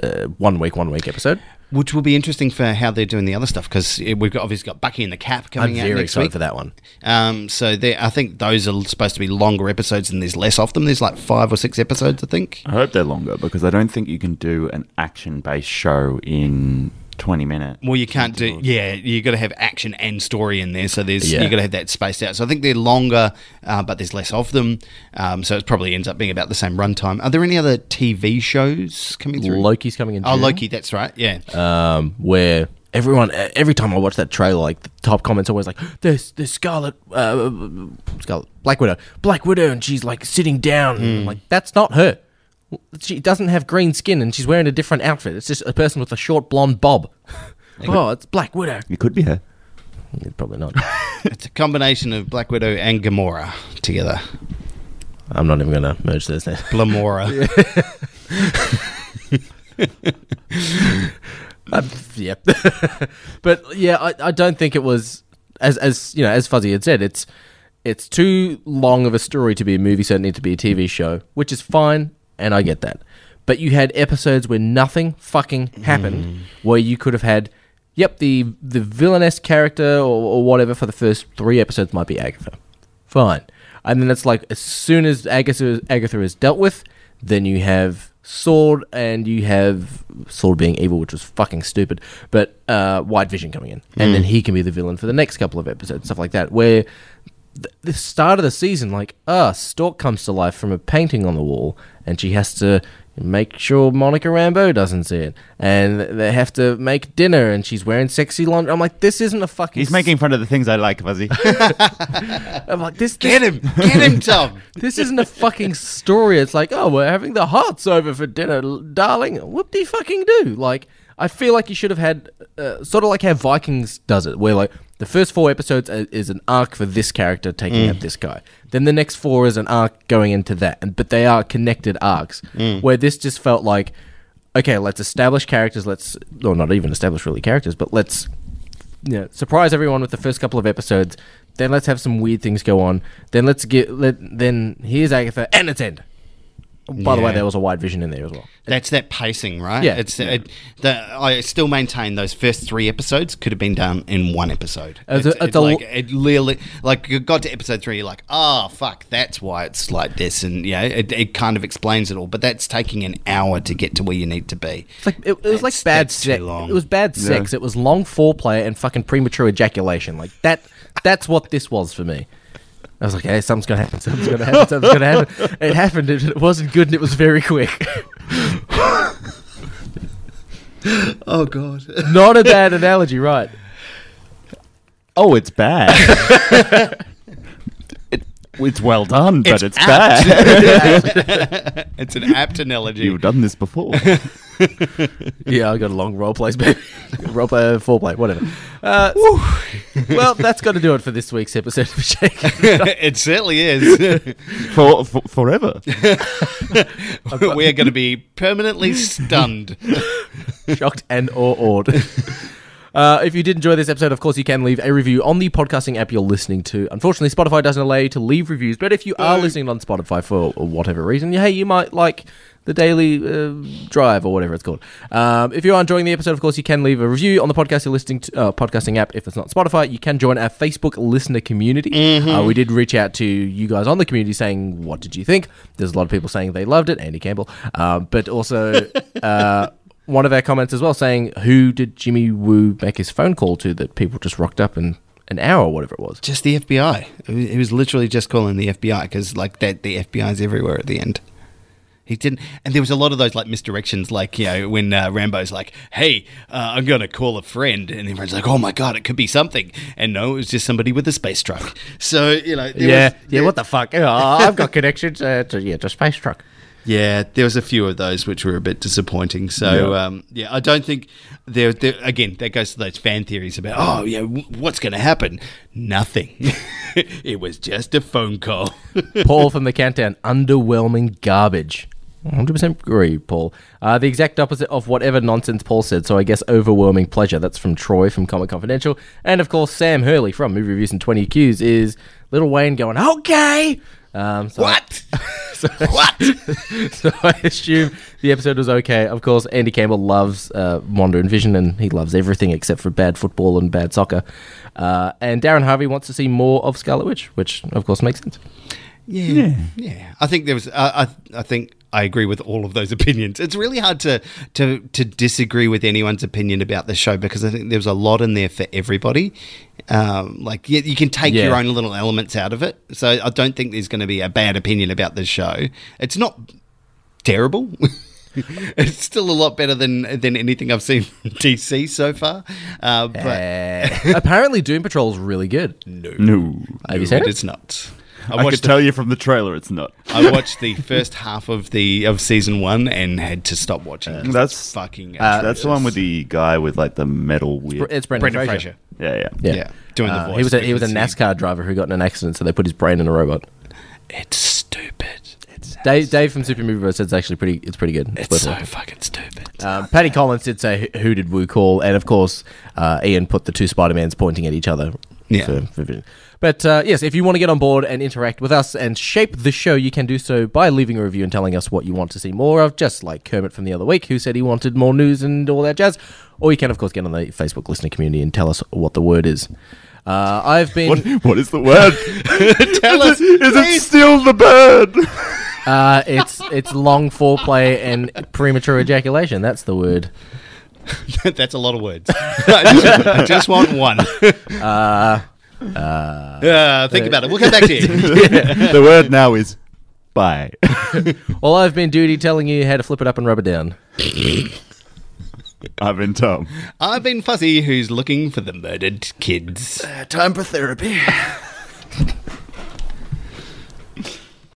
S1: uh, one week one week episode.
S3: Which will be interesting for how they're doing the other stuff because we've got, obviously got Bucky and the Cap
S1: I'm
S3: coming out
S1: very
S3: next
S1: excited
S3: week.
S1: for that one.
S3: Um, so there, I think those are supposed to be longer episodes, and there's less of them. There's like five or six episodes, I think.
S4: I hope they're longer because I don't think you can do an action-based show in 20 minutes.
S3: Well, you can't do. Yeah, you got to have action and story in there. So there's
S1: Yeah.
S3: you got to have that spaced out. So I think they're longer, uh, but there's less of them. Um, so it probably ends up being about the same runtime. Are there any other TV shows coming through?
S1: Loki's coming in.
S3: Oh,
S1: June,
S3: Loki. That's right. Yeah.
S1: Um, where everyone, e- every time I watch that trailer, like the top comments always like, "There's there's Scarlet, uh, Scarlet Black Widow, Black Widow," and she's like sitting down. and I'm like that's not her. She doesn't have green skin, and she's wearing a different outfit. It's just a person with a short blonde bob. oh, it's Black Widow.
S4: It could be her.
S1: Yeah, Probably not.
S3: It's a combination of Black Widow and Gamora together.
S1: I'm not even gonna merge those now.
S3: Blamora.
S1: Um, yeah. but yeah, I, I don't think it was as as you know as Fuzzy had said. It's it's too long of a story to be a movie, so it needs to be a TV show, which is fine, and I get that. But you had episodes where nothing fucking happened, where you could have had, yep, the the villainess character or, or whatever for the first three episodes might be Agatha, fine, and then it's like as soon as Agatha Agatha is dealt with, then you have Sword and you have Sword being evil, which was fucking stupid. But uh, White Vision coming in, and then he can be the villain for the next couple of episodes, stuff like that. Where th- the start of the season, like, ah, Stork comes to life from a painting on the wall, and she has to make sure Monica Rambeau doesn't see it, and they have to make dinner, and she's wearing sexy laundry. I'm like, this isn't a fucking.
S4: He's
S1: s-
S4: making fun of the things I like, Fuzzy.
S1: I'm like, this.
S3: Get
S1: this-
S3: him, get him, Tom.
S1: This isn't a fucking story. It's like, oh, we're having the hearts over for dinner, l- darling. What do you fucking do? Like, I feel like you should have had uh, sort of like how Vikings does it, where like the first four episodes are, is an arc for this character taking out this guy. Then the next four is an arc going into that, and but they are connected arcs. Where this just felt like, okay, let's establish characters. Let's, or not even establish really characters, but let's yeah, surprise everyone with the first couple of episodes. Then let's have some weird things go on. Then let's get let then here's Agatha and it's end. By the way,
S3: Yeah.
S1: there was a wide vision in there as well.
S3: That's that pacing, right?
S1: Yeah.
S3: it's It, the, I still maintain those first three episodes could have been done in one episode.
S1: It's
S3: It's,
S1: a-
S3: it's
S1: it's a
S3: like
S1: l-
S3: it literally, like you got to episode three, you're like, oh fuck, that's why it's like this, and yeah, it, it kind of explains it all. But that's taking an hour to get to where you need to be.
S1: It's like it, it was like
S3: That's-
S1: bad
S3: that's too
S1: sex.
S3: long.
S1: It was bad sex. It was long foreplay and fucking premature ejaculation. Like that. That's what this was for me. I was like, hey, something's gonna happen. Something's gonna happen. Something's gonna happen. It happened. It, it wasn't good, and it was very quick.
S3: Oh god.
S1: Not a bad analogy, right?
S4: oh, it's bad. It- it's well done, but
S3: It's
S4: it's,
S3: apt.
S4: bad.
S3: It's an apt analogy.
S4: You've done this before.
S1: Yeah, I got a long role plays, baby. role play, uh, foreplay, whatever. Uh, well, that's got to do it for this week's episode of Shake.
S3: it certainly is.
S4: for, for forever.
S3: We're going to be permanently stunned.
S1: Shocked and or awed. Uh, if you did enjoy this episode, of course, you can leave a review on the podcasting app you're listening to. Unfortunately, Spotify doesn't allow you to leave reviews, but if you are listening on Spotify for whatever reason, hey, you might like the daily uh, drive or whatever it's called. Um, if you are enjoying the episode, of course, you can leave a review on the podcast you're listening to, uh, podcasting app. If it's not Spotify, you can join our Facebook listener community. Uh, we did reach out to you guys on the community saying, what did you think? There's a lot of people saying they loved it, Andy Campbell, um, but also. Uh, one of our comments as well saying, "Who did Jimmy Woo make his phone call to that people just rocked up in an hour or whatever it was?"
S3: Just the FBI. He was- He was literally just calling the FBI because, like, that the FBI is everywhere at the end. He didn't, and there was a lot of those like misdirections, like you know when uh, Rambo's like, "Hey, uh, I'm gonna call a friend," and everyone's like, "Oh my god, it could be something," and no, it was just somebody with a space truck. So you know, there
S1: yeah,
S3: was-
S1: yeah. What the fuck? Oh, I've got connections uh, to yeah to space truck.
S3: Yeah, there was a few of those which were a bit disappointing. So yeah, um, yeah I don't think there, there. Again, that goes to those fan theories about oh yeah, w- what's going to happen? Nothing. it was just a phone call.
S1: Paul from the countdown, underwhelming garbage. 100% agree, Paul. Uh, the exact opposite of whatever nonsense Paul said, so I guess overwhelming pleasure. That's from Troy from Comic Confidential. And of course, Sam Hurley from Movie Reviews and 20 Qs is Little Wayne going, okay! Um, so
S3: what? what?
S1: so I assume the episode was okay. Of course, Andy Campbell loves uh, Wanda and Vision, and he loves everything except for bad football and bad soccer. Uh, and Darren Harvey wants to see more of Scarlet Witch, which of course makes sense.
S3: Yeah, yeah. I think there was. I I, I think. I agree with all of those opinions. It's really hard to, to to disagree with anyone's opinion about the show because I think there was a lot in there for everybody. Um, like you, you can take your
S1: Yeah.
S3: own little elements out of it, so I don't think there's going to be a bad opinion about the show. It's not terrible. it's still a lot better than than anything I've seen from DC so far. Uh, but
S1: Uh, apparently, Doom Patrol is really good.
S4: No.
S1: Have you seen it?
S3: it's not.
S4: I, could tell you from the trailer it's not.
S3: I watched the first half of the of season one and had to stop watching. it.
S4: That's
S3: fucking.
S4: Uh, that's the
S3: atrocious.
S4: one with the guy with like the metal weird.
S1: It's Brendan,
S3: Brendan
S1: Fraser.
S3: Fraser.
S4: yeah, yeah.
S1: Yeah.
S3: Yeah, doing
S1: Uh,
S3: the voice.
S1: he was a, he was a
S3: because
S1: NASCAR driver who got in an accident, so they put his brain in a robot.
S3: It's stupid. It's
S1: Dave, Dave from Super Movie Bros said it's actually pretty. It's pretty good. It's, worth
S3: it's so fucking stupid.
S4: Uh,
S1: Um, Paddy Collins did say, "Who did Wu call?" And of course, uh, Ian put the two Spider Mans pointing at each other.
S3: Yeah.
S1: for- for vision. But uh, yes, if you want to get on board and interact with us and shape the show, you can do so by leaving a review and telling us what you want to see more of, just like Kermit from the other week, who said he wanted more news and all that jazz. Or you can, of course, get on the Facebook listener community and tell us what the word is. Uh, I've been.
S4: What, what is the word?
S3: Tell us.
S4: is it still the bird?
S1: Uh, it's it's long foreplay and premature ejaculation. That's the word.
S3: that's a lot of words. I just want one. Uh, think about it. We'll come back to you.
S4: the word now is bye.
S1: Well, I've been duty telling you how to flip it up and rub it down.
S4: I've been Tom.
S3: I've been Fuzzy, who's looking for the murdered kids.
S5: Time for therapy.